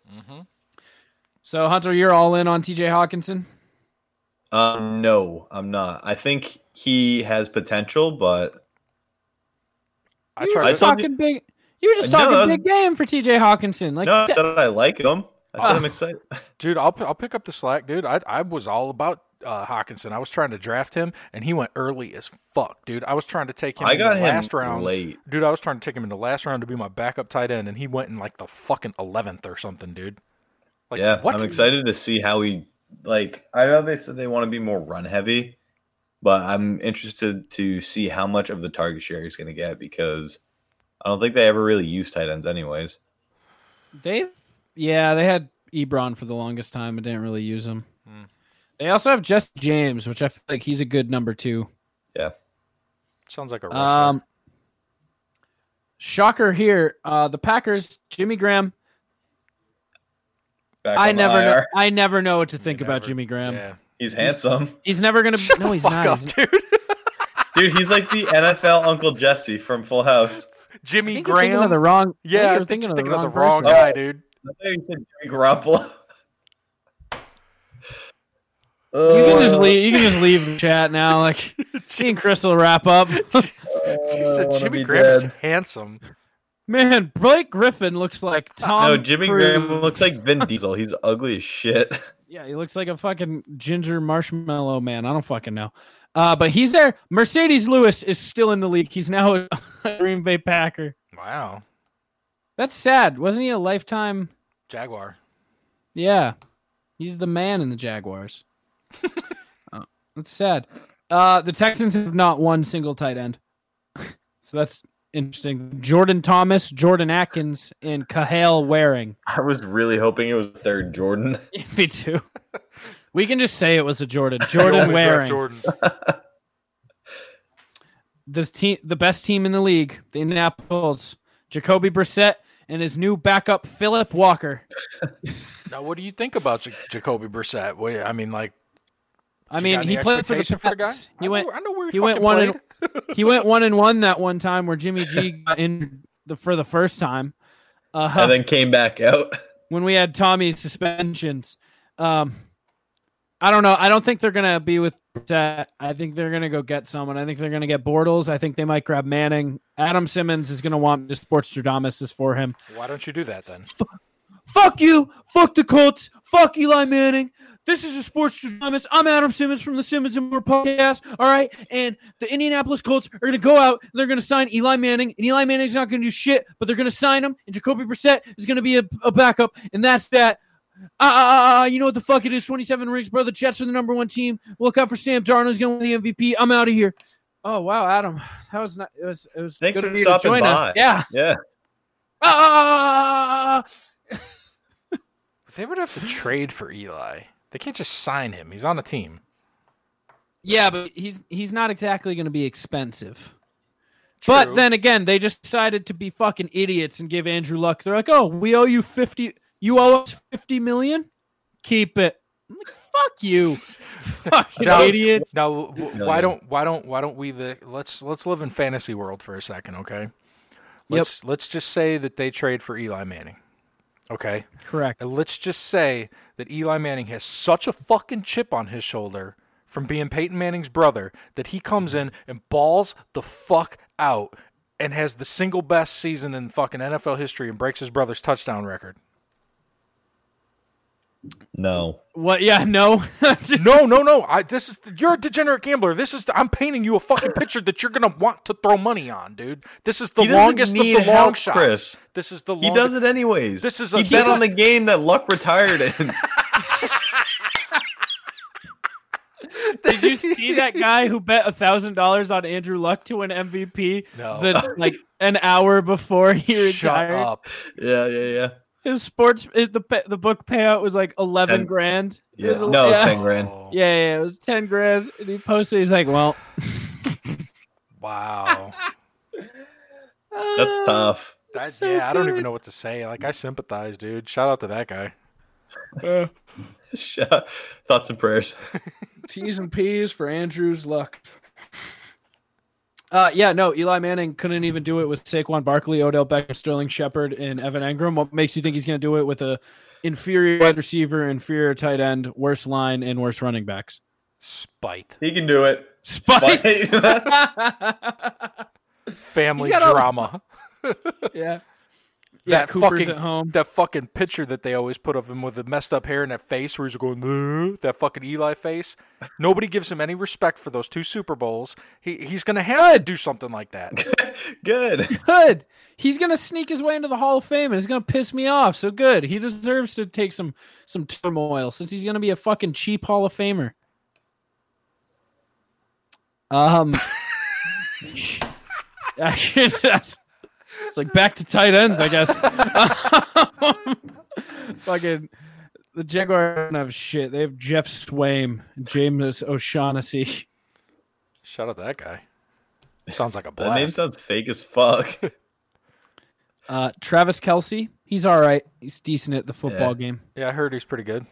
So Hunter, you're all in on T.J. Hawkinson. Um, no, I'm not. I think he has potential, but I you were tried. I just to- told you- talking big. You were just No, talking that was- big game for T.J. Hawkinson. Like no, I that- Ah. said I like him. I said I'm excited. dude, I'll I'll pick up the slack, dude. I I was all about uh, Hawkinson. I was trying to draft him, and he went early as fuck, dude. I was trying to take him. I in got the him last round, late. dude. I was trying to take him in the last round to be my backup tight end, and he went in like the fucking eleventh or something, dude. Like, yeah, what? I'm excited to see how he like. I know they said they want to be more run heavy, but I'm interested to see how much of the target share he's going to get because I don't think they ever really use tight ends, anyways. They've yeah, they had Ebron for the longest time and didn't really use him. Hmm. They also have Jess James, which I feel like he's a good number two. Yeah, Sounds like a wrestler. Um, shocker here, uh, the Packers, Jimmy Graham. Back I on the never, know, IR. I never know what to think about Never- Jimmy Graham. Yeah. He's handsome, He's never gonna. Shut no, the he's fuck not. up, He's- dude. dude. He's like the NFL Uncle Jesse from Full House. I Jimmy think you're thinking of Graham. the wrong. I yeah, I think think you're you're thinking, of the wrong wrong. person. guy, dude. I thought you said Jimmy Garoppolo. You can Oh, just leave. You can just leave the chat now. Like me and Chris will wrap up. She I said wanna Jimmy be Graham is Oh, dead. handsome. Man, Blake Griffin looks like Tom. No, Jimmy Graham Cruise. looks like Vin Diesel. He's ugly as shit. Yeah, he looks like a fucking ginger marshmallow man. I don't fucking know. Uh, but he's there. Mercedes Lewis is still in the league. He's now a Green Bay Packer. Wow, That's sad. Wasn't he a lifetime? Jaguar. Yeah. He's the man in the Jaguars. Oh, that's sad. Uh, the Texans have not one single tight end. so that's interesting. Jordan Thomas, Jordan Atkins, and Cahill Waring. I was really hoping it was third Jordan. Me too. We can just say it was a Jordan. Jordan Waring. Jordan. the team, the best team in the league, the Indianapolis Colts, Jacoby Brissett and his new backup Philip Walker. Now, what do you think about J- Jacoby Brissett? What, I mean, like, I you mean, got he any played for the, expectation for the guy? Pats. He I went. know- I know where he he went fucking one and he went one and one that one time where Jimmy G got in the for the first time. Uh, and then came back out. when we had Tommy's suspensions. Um, I don't know. I don't think they're gonna be with that. I think they're gonna go get someone. I think they're gonna get Bortles. I think they might grab Manning. Adam Simmons is gonna want the Sports Stradamus is for him. why don't you do that then? Fuck you. Fuck the Colts. Fuck Eli Manning. This is a sports Thomas. I'm Adam Simmons from the Simmons and More podcast. All right. And the Indianapolis Colts are going to go out. And they're going to sign Eli Manning. And Eli Manning's not going to do shit, but they're going to sign him. And Jacoby Brissett is going to be a, a backup. And that's that. Ah, ah, ah, ah, you know what the fuck it is. 27 rings, bro. The Jets are the number one team. Look out for Sam Darnold's going to win the MVP. I'm out of here. Oh, wow, Adam. That was not. It was, it was Thanks good for of you to stopping join us. by. Yeah. Yeah. Ah, ah, ah, ah, ah. They would have to trade for Eli. They can't just sign him. He's on the team. Yeah, but he's he's not exactly going to be expensive. True. But then again, they just decided to be fucking idiots and give Andrew Luck. They're like, "Oh, we owe you 50 you owe us 50 million? Keep it." I'm like, "Fuck you." fucking No. idiots. Now, w- w- No, why yeah. don't why don't why don't we the let's let's live in fantasy world for a second, okay? Let's let's just say that they trade for Eli Manning. Okay? Correct. And let's just say that Eli Manning has such a fucking chip on his shoulder from being Peyton Manning's brother that he comes in and balls the fuck out and has the single best season in fucking NFL history and breaks his brother's touchdown record. No. What? Yeah, no. No, no, no. I, this is you're a degenerate gambler. This is I'm painting you a fucking picture that you're gonna want to throw money on, dude. This is the He doesn't longest of the need long help, shots. Chris. This is the He longest. does it anyways. This is a- he bet this on is- the game that Luck retired in. Did you see that guy who bet a thousand dollars on Andrew Luck to win MVP? No. The, like an hour before he Oh. Shut retired. up. yeah, yeah, yeah. His sports, his, the pa- the book payout was like eleven Ten- grand. It Yeah. was a- No, it's yeah. ten grand. Oh, Yeah, yeah, it was ten grand. And he posted. He's like, well, Wow. uh, That's tough. That- So yeah, I don't even good. know what to say. Like I sympathize, dude. Shout out to that guy. Shut- uh, Thoughts and prayers. T's and P's for Andrew's luck. Uh, yeah, no, Eli Manning couldn't even do it with Saquon Barkley, Odell Beckham, Sterling Shepard, and Evan Engram. What makes you think he's going to do it with a inferior wide receiver, inferior tight end, worse line, and worse running backs? Spite, He can do it. Spike. But- family He's got all- drama. yeah. Yeah, That Cooper's fucking at home. that fucking picture that they always put of him with the messed up hair and that face where he's going "Ugh," that fucking Eli face. Nobody gives him any respect for those two Super Bowls. He he's gonna have to do something like that. Good. Good. He's going to sneak his way into the Hall of Fame, and it's going to piss me off. So good. He deserves to take some some turmoil since he's going to be a fucking cheap Hall of Famer. Um, I can't- that's- it's like back to tight ends, I guess. fucking the Jaguars don't have shit. They have Jeff Swaim, James O'Shaughnessy. Shout out to that guy. Sounds like a That name blast. sounds fake as fuck. Uh, Travis Kelsey, he's all right. He's decent at the football Yeah. game. Yeah, I heard he's pretty good.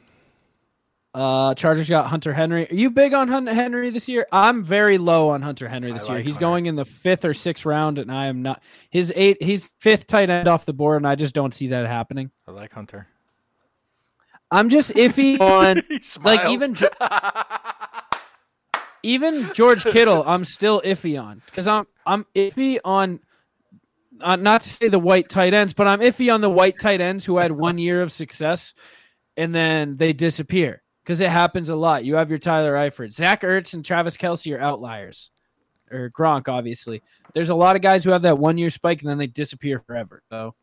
Uh, Chargers got Hunter Henry. Are you big on Hunter Henry this year? I'm very low on Hunter Henry this I year. like He's Hunter. going in the fifth or sixth round, and I am not. His eight, he's fifth tight end off the board, and I just don't see that happening. I like Hunter. I'm just iffy on He smiles. like even even George Kittle. I'm still iffy on because I'm I'm iffy on. Uh, not to say the white tight ends, but I'm iffy on the white tight ends who had one year of success and then they disappear because it happens a lot. You have your Tyler Eifert, Zach Ertz, and Travis Kelsey are outliers, or Gronk, obviously. There's a lot of guys who have that one year spike and then they disappear forever. So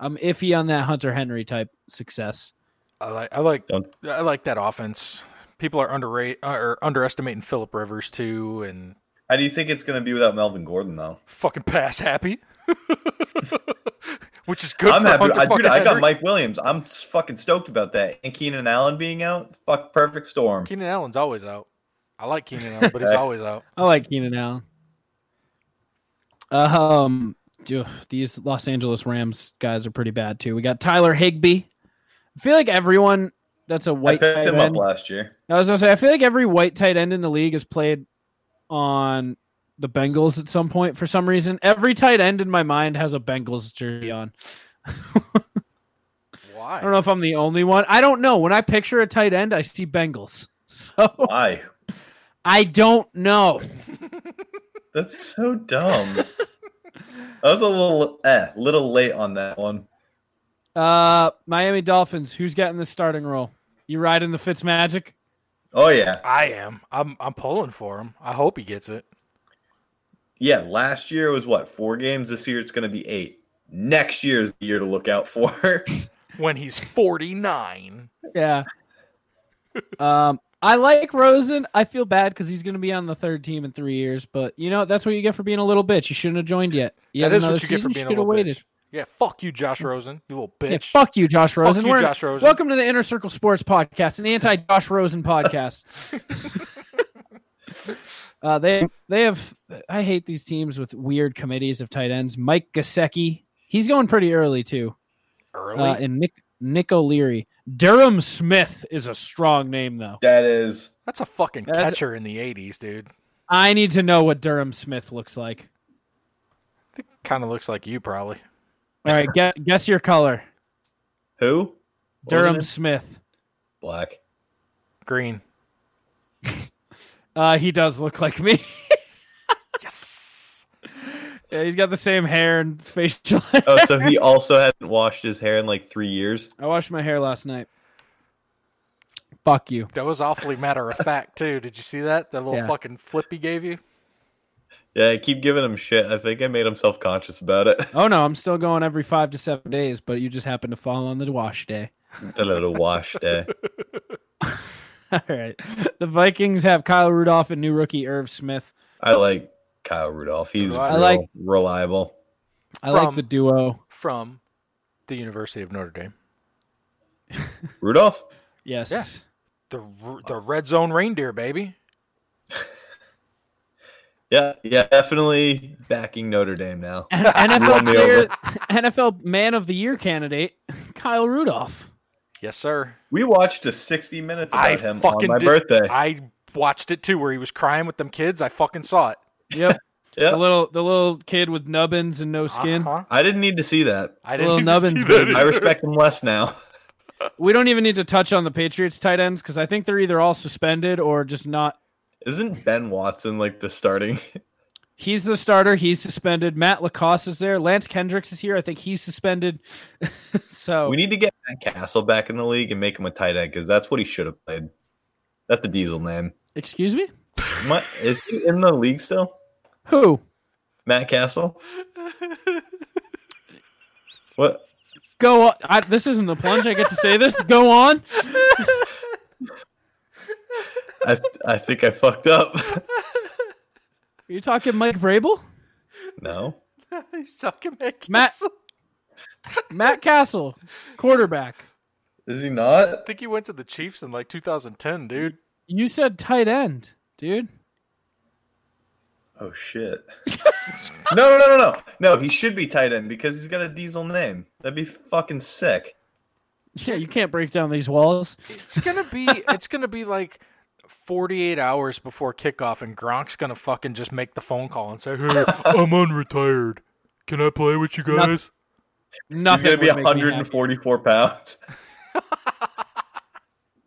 I'm iffy on that Hunter Henry type success. I like I like Don't- I like that offense. People are underrate or underestimating Philip Rivers too, and How do you think it's going to be without Melvin Gordon though? fucking pass happy, which is good. I'm for happy. Hunter I, dude, fucking I got Henry. Mike Williams. I'm s- fucking stoked about that. And Keenan Allen being out, fuck, perfect storm. Keenan Allen's always out. I like Keenan Allen, but he's always out. I like Keenan Allen. Um, dude, these Los Angeles Rams guys are pretty bad too. We got Tyler Higbee. I feel like everyone that's a I white picked tight him end. up last year. I was gonna say I feel like every white tight end in the league has played on the Bengals at some point for some reason. Every tight end in my mind has a Bengals jersey on. Why? I don't know if I'm the only one. I don't know. When I picture a tight end, I see Bengals. So Why? I don't know. That's so dumb. I was a little eh, little late on that one. Uh, Miami Dolphins. Who's getting the starting role? You riding the Fitz Magic? Oh yeah, I am. I'm. I'm pulling for him. I hope he gets it. yeah. Last year was what four games. This year it's going to be eight. Next year is the year to look out for. When he's 49, Yeah. um, I like Rosen. I feel bad because he's going to be on the third team in three years. But you know that's what you get for being a little bitch. You shouldn't have joined yet. You that had is what another you get for season, being a should've little waited. bitch. Yeah, fuck you, Josh Rosen. You little Yeah, bitch. fuck you, Josh Rosen. you, We're- Josh Rosen. Welcome to the Inner Circle Sports Podcast, an anti-Josh Rosen podcast. uh, they they have. I hate these teams with weird committees of tight ends. Mike Gasecki, he's going pretty early too. Early. Uh, and Nick Nick O'Leary, Durham Smith is a strong name though. that is That's a fucking That's- catcher in the 80s, dude. I need to know what Durham Smith looks like. Kind of looks like you, probably. All right, guess, guess your color, who What was Durham it? Smith. Black. Green. Uh, he does look like me. Yes. yeah, he's got the same hair and facial. hair. Oh, so he also hadn't washed his hair in like three years. I washed my hair last night. Fuck you. That was awfully matter of fact too. Did you see that? That little Yeah. fucking flip he gave you? Yeah, I keep giving him shit. I think I made him self conscious about it. Oh no, I'm still going every five to seven days, but you just happen to fall on the wash day. the little wash day. All right. The Vikings have Kyle Rudolph and new rookie Irv Smith. I like Kyle Rudolph. He's I real- like- reliable. I From- like the duo. From the University of Notre Dame. Rudolph. Yes. The r- the red zone reindeer, baby. Yeah, yeah, definitely backing Notre Dame now. NFL Run me over. player, NFL Man of the Year candidate Kyle Rudolph. Yes, sir. We watched a 60 minutes about I him fucking on my did- birthday. I watched it too, where he was crying with them kids. I fucking saw it. Yep. Yeah. The little the little kid with nubbins and no skin. Uh-huh. I didn't need to see that. I didn't Little even nubbins, see that. baby. I respect him less now. We don't even need to touch on the Patriots tight ends because I think they're either all suspended or just not. Isn't Ben Watson like the starting? He's the starter. He's suspended. Matt Lacoste is there. Lance Kendricks is here. I think he's suspended. so Oh. We need to get Matt Castle back in the league and make him a tight end because that's what he should have played. That's a diesel name. excuse me. What is he in the league still? Who? Matt Castle? What? Go on. I, this isn't the plunge. I get to say this. Go on. I I think I fucked up. Are you talking Mike Vrabel? no. He's talking about Matt- kids. I Matt Castle, quarterback. Is he not? think he went to the Chiefs in like 2010, dude. You said tight end, dude. Oh shit. no, no, no, no, no. No, he should be tight end because he's got a diesel name. That'd be fucking sick. Yeah, you can't break down these walls. It's gonna be. it's gonna be like 48 hours before kickoff, and Gronk's gonna fucking just make the phone call and say, "Hey, I'm unretired. Can I play with you guys?" He's Nothing. gonna be would make me happy. 144 pounds.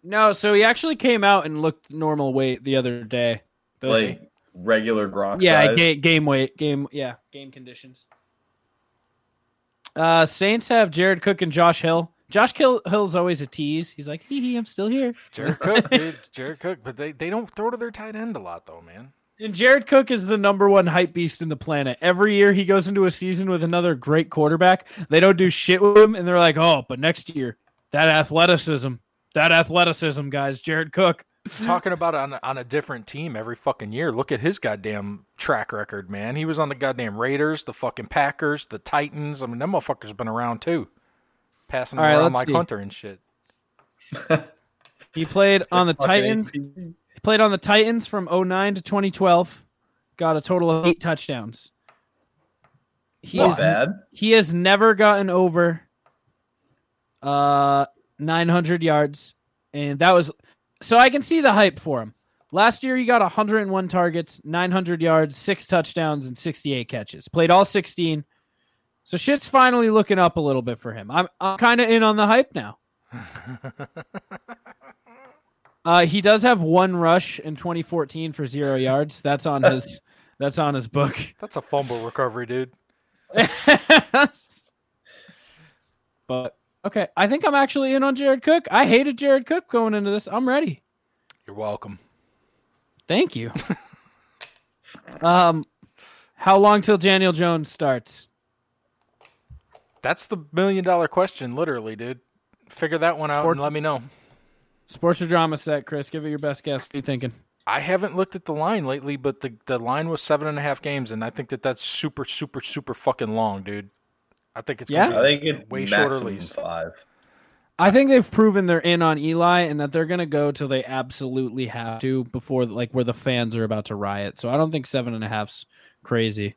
No, so he actually came out and looked normal weight the other day. Those- like regular Gronk. yeah, size. game, game weight, game, yeah, game conditions. Uh, Saints have Jared Cook and Josh Hill. Josh Hill, Hill's always a tease. He's like, hee hee, I'm still here. Jared Cook, dude. Jared Cook, but they they don't throw to their tight end a lot though, man. And Jared Cook is the number one hype beast in the planet. Every year he goes into a season with another great quarterback. They don't do shit with him, and they're like, oh, but next year, that athleticism, that athleticism, guys, Jared Cook. Talking about on on a different team every fucking year. Look at his goddamn track record, man. He was on the goddamn Raiders, the fucking Packers, the Titans. I mean, them motherfuckers been around too, passing All right, around let's like see. Hunter and shit. He played on the Fucking Titans. AC. He played on the Titans from 09 to 2012. Got a total of eight touchdowns. He Not is bad. he has never gotten over uh 900 yards and that was so i can see the hype for him last year he got 101 targets 900 yards six touchdowns and 68 catches played all 16 so shit's finally looking up a little bit for him i'm, I'm kind of in on the hype now uh, he does have one rush in 2014 for zero yards that's on his that's on his book That's a fumble recovery, dude. but okay, I think I'm actually in on Jared Cook. I hated Jared Cook going into this. I'm ready. You're welcome. Thank you. um, how long till Daniel Jones starts? That's the million dollar question, literally, dude. Figure that one out Sport- and let me know. Sports or drama set, Chris? Give it your best guess. What are you thinking? I haven't looked at the line lately, but the, the line was seven and a half games, and I think that that's super, super, super fucking long, dude. I think it's Yeah? I gonna think be it's way way shorter shorter lease. five. I think they've proven they're in on Eli and that they're going to go till they absolutely have to before, like, where the fans are about to riot. So I don't think seven and a half's crazy.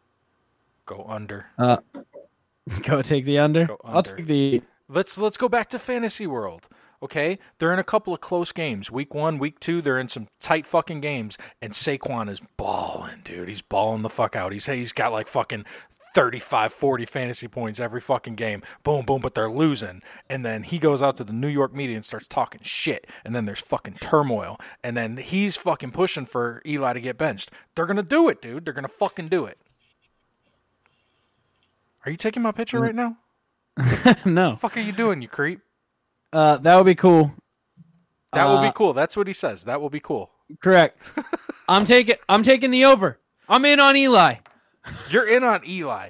go under. Go take the under. Go I'll under. take the Let's let's go back to fantasy world. Okay, they're in a couple of close games. Week one, week two, they're in some tight fucking games, and Saquon is balling, dude. He's balling the fuck out. He's he's got like fucking 35, 40 fantasy points every fucking game. Boom, boom, but they're losing. And then he goes out to the New York media and starts talking shit. And then there's fucking turmoil. And then he's fucking pushing for Eli to get benched. They're going to do it, dude. They're going to fucking do it. Are you taking my picture right now? no, fuck are you doing, you creep? uh, that would be cool. That will Uh, be cool. That's what he says. That will be cool. Correct. I'm taking. I'm taking the over. I'm in on Eli. You're in on Eli.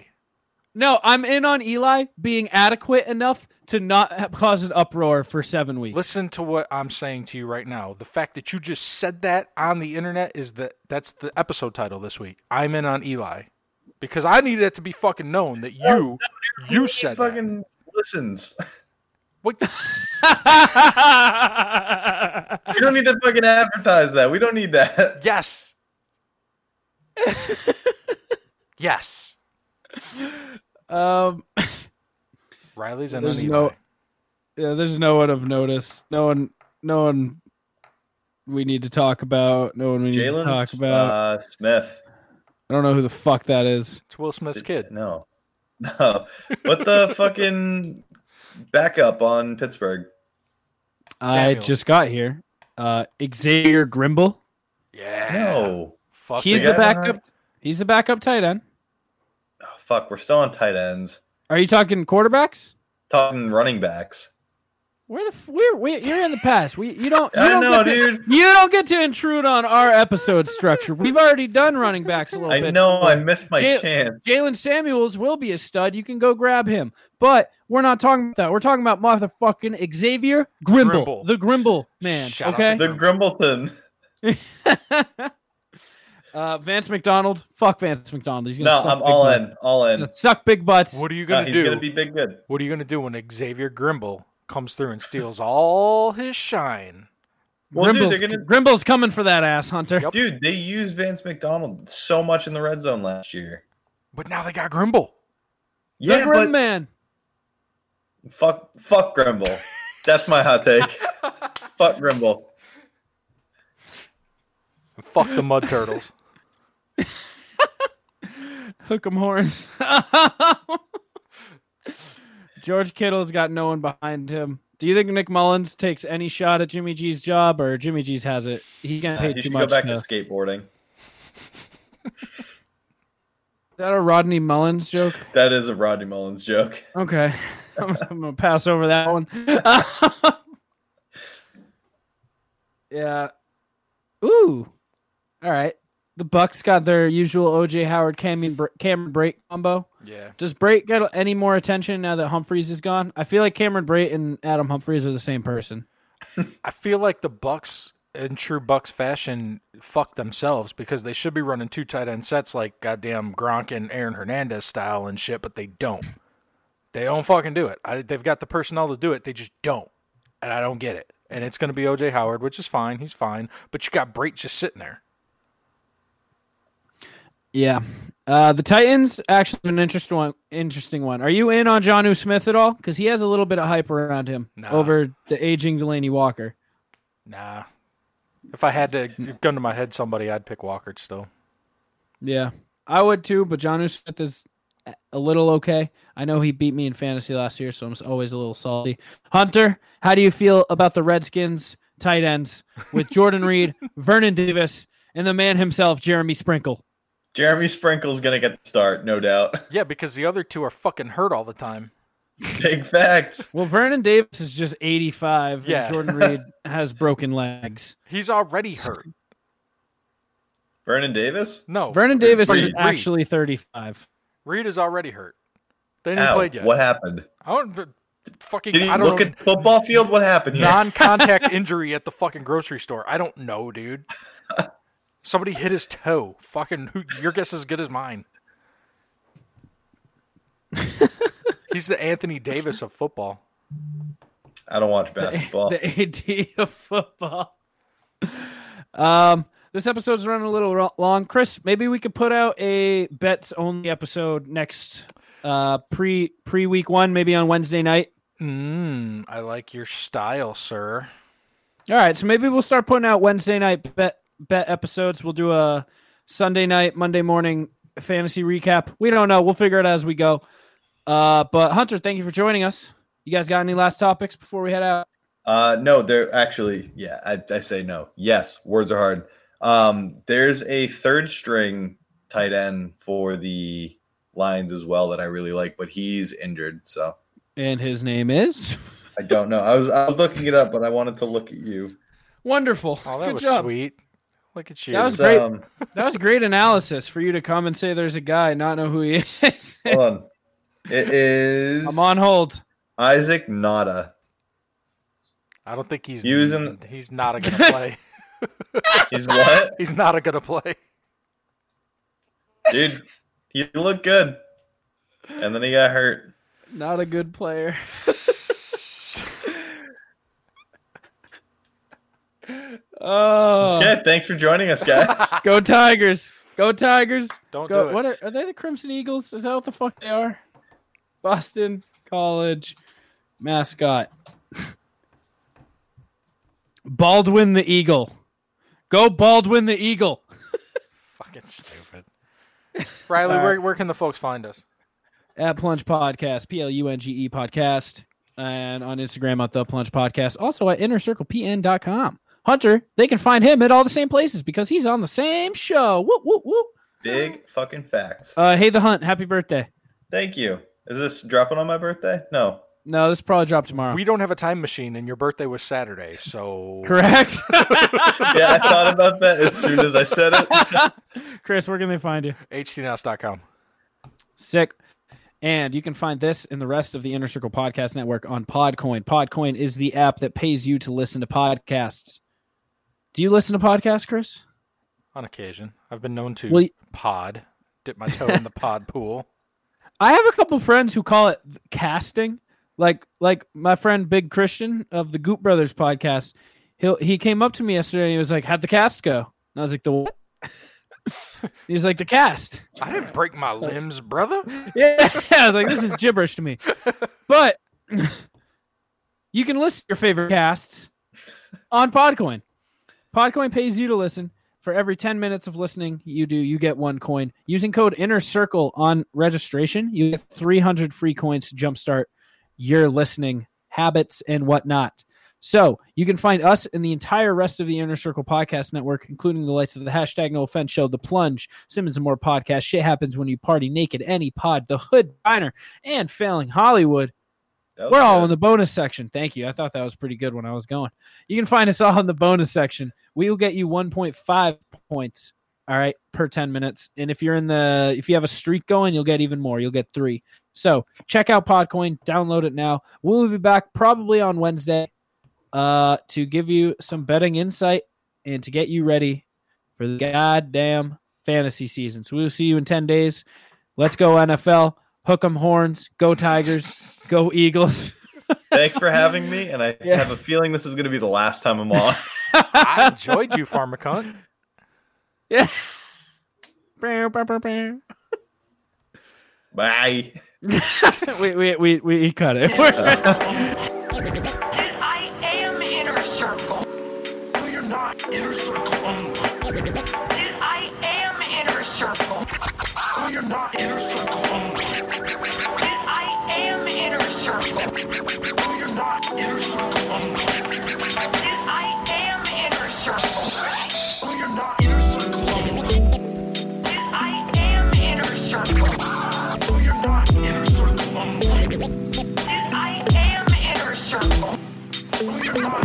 No, I'm in on Eli being adequate enough to not have cause an uproar for seven weeks. Listen to what I'm saying to you right now. The fact that you just said that on the internet is that that's the episode title this week. I'm in on Eli because I need it to be fucking known that you Oh, you said that. fucking listens. What the, We don't need to fucking advertise that. We don't need that. yes. yes. um, Riley's in on there's Eli. no. Yeah, there's no one of notice. No one. No one. We need to talk about. No one we need to talk Jalen about. uh, Smith. I don't know who the fuck that is. It's Will Smith's kid. No, no. What the fucking backup on Pittsburgh? I Samuel. just got here. Uh, Xavier Grimble. Yeah. No. Fuck He's yeah. the they got- backup. He's the backup tight end. Oh, fuck, we're still on tight ends. Are you talking quarterbacks? Talking running backs. Where the f- where we you're in the past. We you don't. You I don't know, get to- dude. You don't get to intrude on our episode structure. We've already done running backs a little I bit. know I missed my Jay- chance. Jalen Samuels will be a stud. You can go grab him. But we're not talking about that. We're talking about motherfucking Xavier Grimble, Grimble. the Grimble man. Shout out to okay. The Grumbleton. uh, Vance McDonald. Fuck Vance McDonald. He's gonna No, suck I'm big all butt. in. All in. He's gonna Suck big butts. What are you No, gonna he's do? gonna be big good. What are you gonna do when Xavier Grimble comes through and steals all his shine? Well, dude, Grimble's, they're gonna- Grimble's coming for that ass, Hunter. Yep. Dude, they used Vance McDonald so much in the red zone last year. But now they got Grimble. The Yeah, Grim but man. fuck, fuck Grimble. That's my hot take. fuck Grimble. And fuck the mud turtles. Hook 'em horns. George Kittle's got no one behind him. Do you think Nick Mullins takes any shot at Jimmy G's job, or Jimmy G's has it? He got He paid too Uh, should much. go back to- to skateboarding. Is that a Rodney Mullins joke? That is a Rodney Mullins joke. Okay, I'm, I'm gonna pass over that one. yeah. Ooh. All right. The Bucks got their usual OJ Howard Cameron Bra- Cameron Brake combo. Yeah. Does Brake get any more attention now that Humphreys is gone? I feel like Cameron Brate and Adam Humphreys are the same person. I feel like the Bucks, in true Bucks fashion, fuck themselves because they should be running two tight end sets like goddamn Gronk and Aaron Hernandez style and shit, but they don't. They don't fucking do it. I, they've got the personnel to do it. They just don't, and I don't get it. And it's going to be OJ Howard, which is fine. He's fine, but you got Brait just sitting there. Yeah. Uh, the Titans actually an interesting one. Interesting one. Are you in on Johnu Smith at all? Because he has a little bit of hype around him Nah. over the aging Delaney Walker. Nah. If I had to gun to my head somebody, I'd pick Walker still. Yeah, I would too. But Johnu Smith is a- a little okay. I know he beat me in fantasy last year, so I'm always a little salty. Hunter, how do you feel about the Redskins tight ends with Jordan Reed, Vernon Davis, and the man himself, Jeremy Sprinkle? Jeremy Sprinkle's gonna get the start, no doubt. Yeah, because the other two are fucking hurt all the time. Big fact. Well, Vernon Davis is just 85, Yeah. and Jordan Reed has broken legs. He's already hurt. Vernon Davis? No, Vernon Davis is Reed. actually 35. Reed is already hurt. They didn't Ow, play yet. Oh, What happened? I don't the- fucking. Did he I don't look know, at the football field? What happened here? non-contact injury at the fucking grocery store. I don't know, dude. Somebody hit his toe. Fucking, who, your guess is as good as mine. He's the Anthony Davis of football. I don't watch basketball. The AD of football. Um, this episode's running a little ro- long. Chris, maybe we could put out a bets only episode next uh pre pre week one, maybe on Wednesday night. Mm, I like your style, sir. All right, so maybe we'll start putting out Wednesday night bet bet episodes. We'll do a Sunday night, Monday morning fantasy recap. We don't know. We'll figure it out as we go. Uh, but Hunter, thank you for joining us. You guys got any last topics before we head out? Uh, no, there actually, yeah, I, I say no. Yes, words are hard. Um, there's a third string tight end for the Lions as well that I really like, but he's injured, so And his name is I don't know. I was I was looking it up, but I wanted to look at you. Wonderful. Oh, that Good was job. sweet. Look at you. That was It's, great. Um, That was great analysis for you to come and say there's a guy and not know who he is. hold on. It is I'm on hold. Isaac Nada. I don't think he's Using- he's not a gonna play. He's what, he's not a gonna play. dude? He looked good, and then he got hurt. Not a good player. oh, Okay, thanks for joining us, guys. go Tigers! Go Tigers! Don't Go, do it. What are, are they? The Crimson Eagles? Is that what the fuck they are? Boston College mascot Baldwin the Eagle. Go Baldwin the Eagle. Fucking stupid. Riley, All where, where can the folks find us? at Plunge Podcast, P L U N G E Podcast, and on Instagram at The Plunge Podcast. Also at innercirclepn.com. Hunter, they can find him at all the same places because he's on the same show. Woo, woo, woo. Big fucking facts. Uh, hey, The Hunt, happy birthday. Thank you. Is this dropping on my birthday? No. No, this probably dropped tomorrow. We don't have a time machine, and your birthday was Saturday, so Correct? Yeah, I thought about that as soon as I said it. Chris, where can they find you? htnows.com. Sick. And you can find this and the rest of the Inner Circle Podcast Network on Podcoin. Podcoin is the app that pays you to listen to podcasts. Do you listen to podcasts, Chris? On occasion, I've been known to Well, y- pod, dip my toe in the pod pool. I have a couple friends who call it th- casting. Like like my friend Big Christian of the Goop Brothers podcast. He he came up to me yesterday and he was like, "How'd the cast go?" And I was like, "The what?" He's like, "The cast." I didn't break Uh, my limbs, brother. Yeah, I was like, "This is gibberish to me," but you can list your favorite casts on Podcoin. Podcoin pays you to listen. For every 10 minutes of listening you do, you get one coin. Using code Inner Circle on registration, you get 300 free coins to jumpstart your listening habits and whatnot. So you can find us and the entire rest of the Inner Circle Podcast Network, including the likes of the hashtag No Offense Show, The Plunge, Simmons and More Podcast, Shit Happens When You Party Naked, Any Pod, The Hood Diner, and Failing Hollywood That was we're all good. in the bonus section. Thank you. I thought that was pretty good when I was going. You can find us all in the bonus section. We will get you 1.5 points, all right, per 10 minutes. And if you're in the, if you have a streak going, you'll get even more. You'll get three. So check out Podcoin, download it now. We'll be back probably on Wednesday uh, to give you some betting insight and to get you ready for the goddamn fantasy season. So we'll see you in 10 days. Let's go, NFL. Hook 'em horns. Go, Tigers. go, Eagles. Thanks for having me, and I Yeah. have a feeling this is going to be the last time I'm on. I enjoyed you, Farmacunt. Yeah. Bow, bow, bow, bow. Bye. we, we, we, we cut it. And I am inner circle. No, you're not. Inner circle only. And I am inner circle. No, you're not. Inner circle only. And I am inner circle. No, you're not. Inner circle only. And I am inner circle. No, you're not. Inner circle only. And I am inner circle. No, you're not. Inner circle only. And I am inner circle. No, you're not.